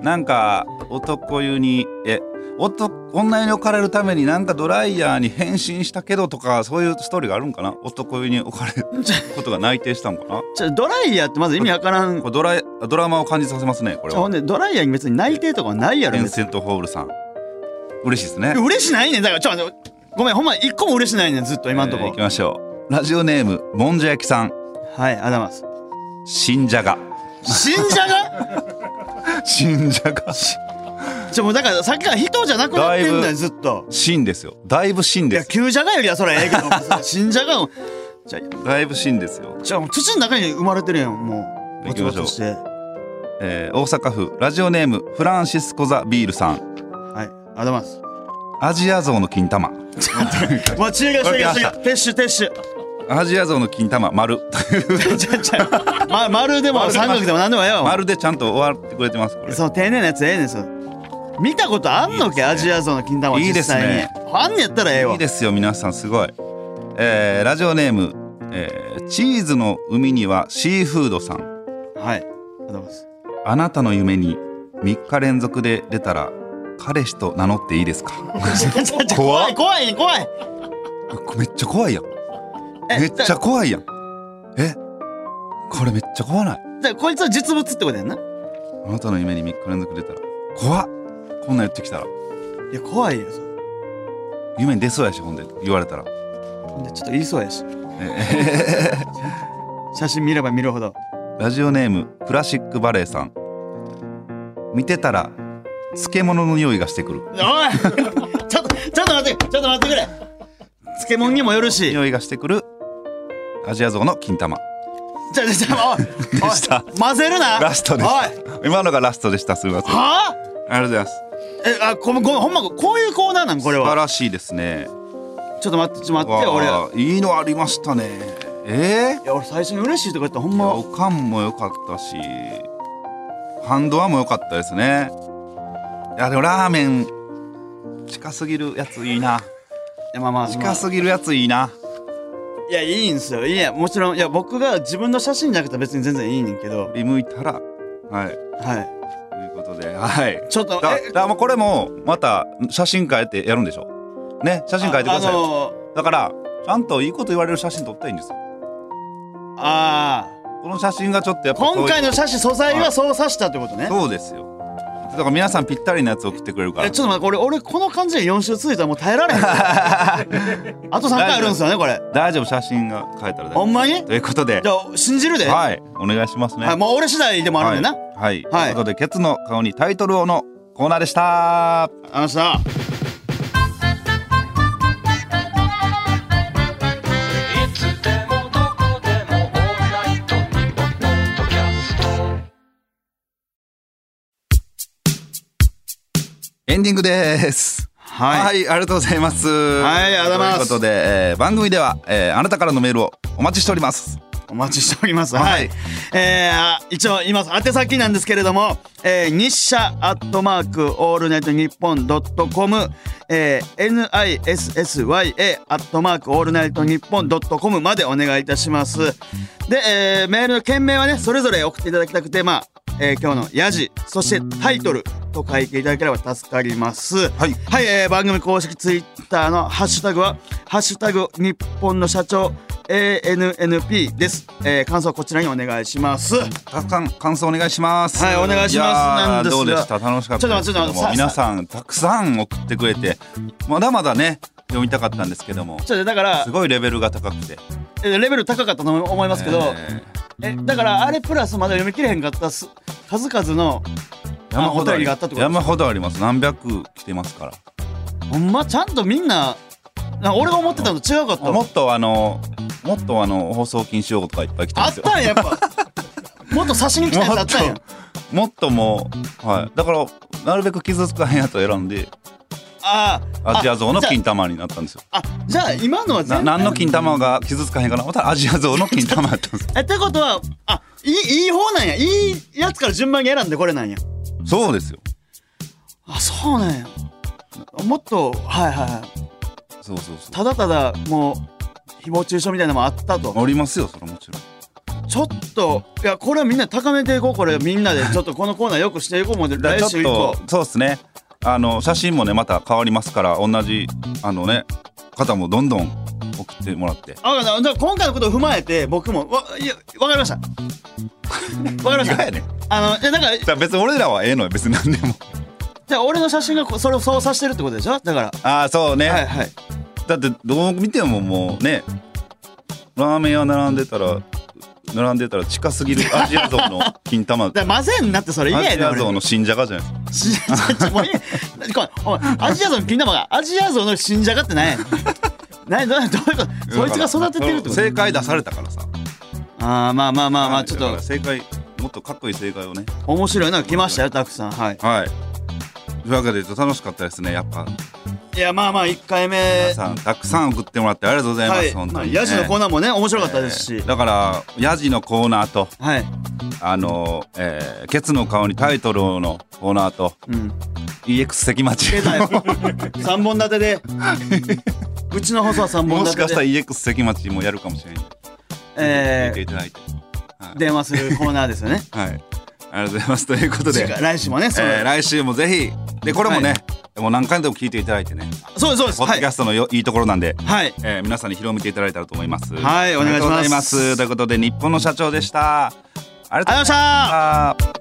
[SPEAKER 1] なんか男湯にえ男女湯に置かれるためになんかドライヤーに変身したけどとかそういうストーリーがあるんかな男湯に置かれることが内定したんかな
[SPEAKER 2] ちょドライヤーってまず意味わからん
[SPEAKER 1] これドライドラマを感じさせますねこれは
[SPEAKER 2] ほんでドライヤーに別に内定とかはないやろ
[SPEAKER 1] テン
[SPEAKER 2] 別
[SPEAKER 1] セントホールさん嬉しいですね
[SPEAKER 2] に嬉しないねんだからちょっと待ってごめんほんま一個も嬉しないねんずっと今んと
[SPEAKER 1] えー
[SPEAKER 2] こ
[SPEAKER 1] 行きましょうラジオネームもんじゃ焼きさん
[SPEAKER 2] はいありがとうござい
[SPEAKER 1] 新じゃが
[SPEAKER 2] ます信者 が
[SPEAKER 1] 新じゃが
[SPEAKER 2] ちょもうだからさっきから人じゃなくなってんだ
[SPEAKER 1] だい
[SPEAKER 2] よ
[SPEAKER 1] ぶ
[SPEAKER 2] ずっと
[SPEAKER 1] 新ですよだいぶ新
[SPEAKER 2] い
[SPEAKER 1] で
[SPEAKER 2] や
[SPEAKER 1] す
[SPEAKER 2] 旧じゃがよりはそれええけ どさ信者がじゃあ
[SPEAKER 1] だいぶ新ですよ、
[SPEAKER 2] じゃあもう土の中に生まれてるやんも
[SPEAKER 1] 行
[SPEAKER 2] うぼ
[SPEAKER 1] き
[SPEAKER 2] ち
[SPEAKER 1] ま
[SPEAKER 2] ぼ
[SPEAKER 1] しょう
[SPEAKER 2] ちして
[SPEAKER 1] えー大阪府ラジオネームフランシスコ・ザ・ビールさん
[SPEAKER 2] はいありがとうございます
[SPEAKER 1] アジア象の金玉
[SPEAKER 2] もう終了終了終了
[SPEAKER 1] わか
[SPEAKER 2] 撤収撤 収
[SPEAKER 1] アジア象の金玉 丸
[SPEAKER 2] ちゃちゃま丸でも
[SPEAKER 1] 丸で
[SPEAKER 2] 三角でも何でもええわ
[SPEAKER 1] 丸でちゃんと終わってくれてますこれ
[SPEAKER 2] その丁寧なやつええねんその見たことあんの
[SPEAKER 1] いいです
[SPEAKER 2] け
[SPEAKER 1] ね
[SPEAKER 2] アジアゾウの金玉
[SPEAKER 1] いいで
[SPEAKER 2] 実
[SPEAKER 1] す
[SPEAKER 2] 際に
[SPEAKER 1] ね
[SPEAKER 2] あんねやったらええわ
[SPEAKER 1] いいですよ皆さんすごい、えーラジオネーム、えーチーズの海にはシーフードさん
[SPEAKER 2] はいありがとうございます
[SPEAKER 1] あなたの夢に3日連続で出たら彼氏と名乗っていいですか
[SPEAKER 2] ちょちょ
[SPEAKER 1] 怖
[SPEAKER 2] 怖
[SPEAKER 1] っ
[SPEAKER 2] い怖い怖い
[SPEAKER 1] めっちゃ怖いやん
[SPEAKER 2] え
[SPEAKER 1] めっちゃ
[SPEAKER 2] だ
[SPEAKER 1] 怖いやんえこれめっちゃ怖ない
[SPEAKER 2] だこいつは実物ってことやんな
[SPEAKER 1] あなたの夢に3日連続で出たら怖っこんなん言ってきたら
[SPEAKER 2] いや怖いよそれ
[SPEAKER 1] 夢に出そうやしほんで言われたら
[SPEAKER 2] ほんでちょっと言いそうやし
[SPEAKER 1] え
[SPEAKER 2] 写真見れば見るほど
[SPEAKER 1] ラジオネームクラシックバレエさん見てたら漬物の匂いがしてくる
[SPEAKER 2] おいちょっとちょっと待ってちょっと待ってくれ漬物にもよるし
[SPEAKER 1] 匂いがしてくるアジアゾウの金玉
[SPEAKER 2] ちょちょちょおいおい
[SPEAKER 1] した
[SPEAKER 2] 混ぜるな
[SPEAKER 1] ラストで
[SPEAKER 2] おい
[SPEAKER 1] した今のがラストでしたすみませんあ
[SPEAKER 2] はあ
[SPEAKER 1] りがとうございます
[SPEAKER 2] えあこごめんほんまこういうコーナーなんこれ
[SPEAKER 1] 素晴
[SPEAKER 2] は
[SPEAKER 1] らしいですね
[SPEAKER 2] ちょっと待ってちょっと待って
[SPEAKER 1] わ
[SPEAKER 2] 俺
[SPEAKER 1] あいいのありましたねえ
[SPEAKER 2] いや俺最初に嬉しいとか言ったらほん
[SPEAKER 1] ー、まあ、
[SPEAKER 2] ま
[SPEAKER 1] おかんも良かったしハンドアも良かったですねいやでもラーメン近すぎるやついいない
[SPEAKER 2] やまあまあま
[SPEAKER 1] 近
[SPEAKER 2] あ
[SPEAKER 1] すぎるやついいない
[SPEAKER 2] やいいんすよいやもちろんいや僕が自分の写真じゃなくて別に全然いいねんけど
[SPEAKER 1] 振り向いたらはい
[SPEAKER 2] はい
[SPEAKER 1] ということではい
[SPEAKER 2] ちょっと
[SPEAKER 1] だだ
[SPEAKER 2] え
[SPEAKER 1] からもうこれもまた写真変えてやるんでしょね写真変えてください
[SPEAKER 2] ああ
[SPEAKER 1] よ
[SPEAKER 2] の
[SPEAKER 1] だからちゃんといいこと言われる写真撮ったらいいんですよ
[SPEAKER 2] ーあ
[SPEAKER 1] この写真がちょっとやっ
[SPEAKER 2] ー
[SPEAKER 1] ぱ
[SPEAKER 2] 今回
[SPEAKER 1] の
[SPEAKER 2] の写真素材はそうさしたってことね
[SPEAKER 1] そうですよだから皆さんぴったりのやつ送ってくれるから
[SPEAKER 2] えちょっと待って俺俺この感じで4週続いたらもう耐 えられへんあと3回あるんすよねこれ
[SPEAKER 1] 大丈夫写真が変えたら大丈
[SPEAKER 2] ほん
[SPEAKER 1] 夫
[SPEAKER 2] まに
[SPEAKER 1] ということで
[SPEAKER 2] じゃあ信じるで、は
[SPEAKER 1] はいお願いします
[SPEAKER 2] い
[SPEAKER 1] ねはい
[SPEAKER 2] もう俺次第でもあるんでな、
[SPEAKER 1] はいと
[SPEAKER 2] はい
[SPEAKER 1] いうことでケツの顔にタイトルをのコーナーでした
[SPEAKER 2] あのさ
[SPEAKER 4] いつでもどこでもオールナイトニッポンポッドキャスト
[SPEAKER 1] エンディングです
[SPEAKER 2] はい、
[SPEAKER 1] はい、ありがとうございます。
[SPEAKER 2] はいありがとうございます
[SPEAKER 1] ということで、えー番組では、えーあなたからのメールをお待ちしております。
[SPEAKER 2] お待ちしておりますはい、
[SPEAKER 1] はい
[SPEAKER 2] えー、一応言います宛先なんですけれども、えー、日社アットマークオールナイトニッポンドットコムえー NISSYA アットマークオールナイトニッポンドットコムまでお願いいたしますで、えー、メールの件名はねそれぞれ送っていただきたくてまあ、えー、今日のヤジそしてタイトルと書いていただければ助かります
[SPEAKER 1] はい
[SPEAKER 2] はい、えー、番組公式ツイッターのハッシュタグは「ハッシュタグ日本の社長 ANNP」です、えー、感想はこちらにお願いします
[SPEAKER 1] たくさん感想お願いします。
[SPEAKER 2] はいお願いします
[SPEAKER 1] やー
[SPEAKER 2] なんですが
[SPEAKER 1] どうでした楽しかったですけど
[SPEAKER 2] ちょっと待ってちょっと待っ
[SPEAKER 1] も
[SPEAKER 2] てさあ
[SPEAKER 1] 皆さんたくさん送ってくれて、まだまだね読みたかったんですけども、
[SPEAKER 2] ちょっとだから
[SPEAKER 1] すごいレベルが高くて。
[SPEAKER 2] えーレベル高かったと思いますけど、
[SPEAKER 1] え
[SPEAKER 2] えだからあれプラスまだ読み切れへんかったす数々の
[SPEAKER 1] ー山ほどあ
[SPEAKER 2] お便り
[SPEAKER 1] り
[SPEAKER 2] があ
[SPEAKER 1] ま
[SPEAKER 2] ったっ
[SPEAKER 1] す。
[SPEAKER 2] てことです
[SPEAKER 1] 山ほどあります。何百来てますから。
[SPEAKER 2] ほんまちゃんとみんななんか俺が思ってたのと違うかった
[SPEAKER 1] も
[SPEAKER 2] わ
[SPEAKER 1] っとあのもっとあの放送禁止用語とかいっぱい来て
[SPEAKER 2] あ
[SPEAKER 1] ま
[SPEAKER 2] っ
[SPEAKER 1] すよ。
[SPEAKER 2] たんややっぱ もっと刺しに来たやつあったんや
[SPEAKER 1] もっともうはい。だからなるべく傷つかへんやつを選んで。
[SPEAKER 2] あーあ
[SPEAKER 1] アジアゾウの
[SPEAKER 2] じゃあ
[SPEAKER 1] 金玉になったんですよ。
[SPEAKER 2] あじゃあ今のは
[SPEAKER 1] な
[SPEAKER 2] 全
[SPEAKER 1] 何の金玉が傷つかへんかな。またアジアゾウの金玉やったんです。
[SPEAKER 2] えってことはあいいいい方なんやいいやつから順番に選んでこれなんや
[SPEAKER 1] そうですよ。
[SPEAKER 2] あそうなんやもっとはいはいはい
[SPEAKER 1] そうそうそう。
[SPEAKER 2] ただただもう誹謗中傷みたいなのもあったと
[SPEAKER 1] おりますよ。それもちろん。
[SPEAKER 2] ちょっといやこれはみんな高めていこうこれみんな でちょっとこのコーナーよくしていこうもんで
[SPEAKER 1] だ
[SPEAKER 2] 来
[SPEAKER 1] からち
[SPEAKER 2] 週以
[SPEAKER 1] ょ
[SPEAKER 2] 降
[SPEAKER 1] っとそうですね。あの写真もねまた変わりますから同じあのね方もどんどん送ってもらって。
[SPEAKER 2] あわかったじゃあ今回のことを踏まえて僕もわいやわかりました わかりま
[SPEAKER 1] 意
[SPEAKER 2] し
[SPEAKER 1] 外
[SPEAKER 2] た
[SPEAKER 1] やね。
[SPEAKER 2] あのいやだから
[SPEAKER 1] だから別に俺らはええのよ。別に何で も。
[SPEAKER 2] じゃあ俺の写真がこそれを操作してるってことでしょだから
[SPEAKER 1] ああそうね。
[SPEAKER 2] はいはい
[SPEAKER 1] だってどう見てももうねラーメン屋並んでたら並んでたら近すぎ るアジアゾウの金玉。
[SPEAKER 2] だから混ぜんなってそれ嫌
[SPEAKER 1] ア
[SPEAKER 2] や
[SPEAKER 1] ジ
[SPEAKER 2] で
[SPEAKER 1] ア
[SPEAKER 2] 俺
[SPEAKER 1] ゾウの新じゃがじゃないですか。
[SPEAKER 2] 新じゃがもういいこれおいアジアゾウの金玉がアジアゾウの新じゃがって何 やねん何どうどういうことそいつが育ててるってこと
[SPEAKER 1] 正解出されたからさ
[SPEAKER 2] ああまあまあまあま
[SPEAKER 1] は
[SPEAKER 2] あ
[SPEAKER 1] い
[SPEAKER 2] ちょっ
[SPEAKER 1] だから
[SPEAKER 2] と
[SPEAKER 1] 正解もっとかっこいい正解をね
[SPEAKER 2] 面白いのが来ましたよたくさんはい
[SPEAKER 1] はいというわけで楽しかったですねやっぱ
[SPEAKER 2] いやまあまあ1回目
[SPEAKER 1] 皆さんたくさん送ってもらってありがとうございます、
[SPEAKER 2] はい
[SPEAKER 1] 本
[SPEAKER 2] ま
[SPEAKER 1] 当
[SPEAKER 2] あ
[SPEAKER 1] にね、
[SPEAKER 2] ヤジのコーナーもね面白かったです
[SPEAKER 1] え
[SPEAKER 2] し
[SPEAKER 1] ーだからヤジのコーナーと
[SPEAKER 2] はい
[SPEAKER 1] あのーえーケツの顔にタイトルのコーナーと
[SPEAKER 2] うん
[SPEAKER 1] EX 関町
[SPEAKER 2] 経済3本立 てでうちの放送は3本
[SPEAKER 1] もし
[SPEAKER 2] 立て
[SPEAKER 1] かしたら
[SPEAKER 2] で
[SPEAKER 1] EX 関町もやるかもしれない、
[SPEAKER 2] え
[SPEAKER 1] 聞いてい
[SPEAKER 2] ー
[SPEAKER 1] ただいて
[SPEAKER 2] 電話するコーナーですよね
[SPEAKER 1] はいありがとうございますということ
[SPEAKER 2] 次
[SPEAKER 1] で
[SPEAKER 2] 回、来週もねそ
[SPEAKER 1] えー
[SPEAKER 2] う
[SPEAKER 1] 来週もぜひでこれもね、もう何回でも聞いていただいてね
[SPEAKER 2] そうですそうです
[SPEAKER 1] ポッ
[SPEAKER 2] は
[SPEAKER 1] ドキャ
[SPEAKER 2] い
[SPEAKER 1] ストのよ、い、いところなんで、
[SPEAKER 2] はい
[SPEAKER 1] えー皆さんに広めていただいたらと思います。
[SPEAKER 2] はいお
[SPEAKER 1] あり
[SPEAKER 2] 願いします
[SPEAKER 1] がとうございますということで、日本の社長でした。ありが
[SPEAKER 2] ありがとうございまし
[SPEAKER 1] とうご
[SPEAKER 2] た
[SPEAKER 1] ざいました。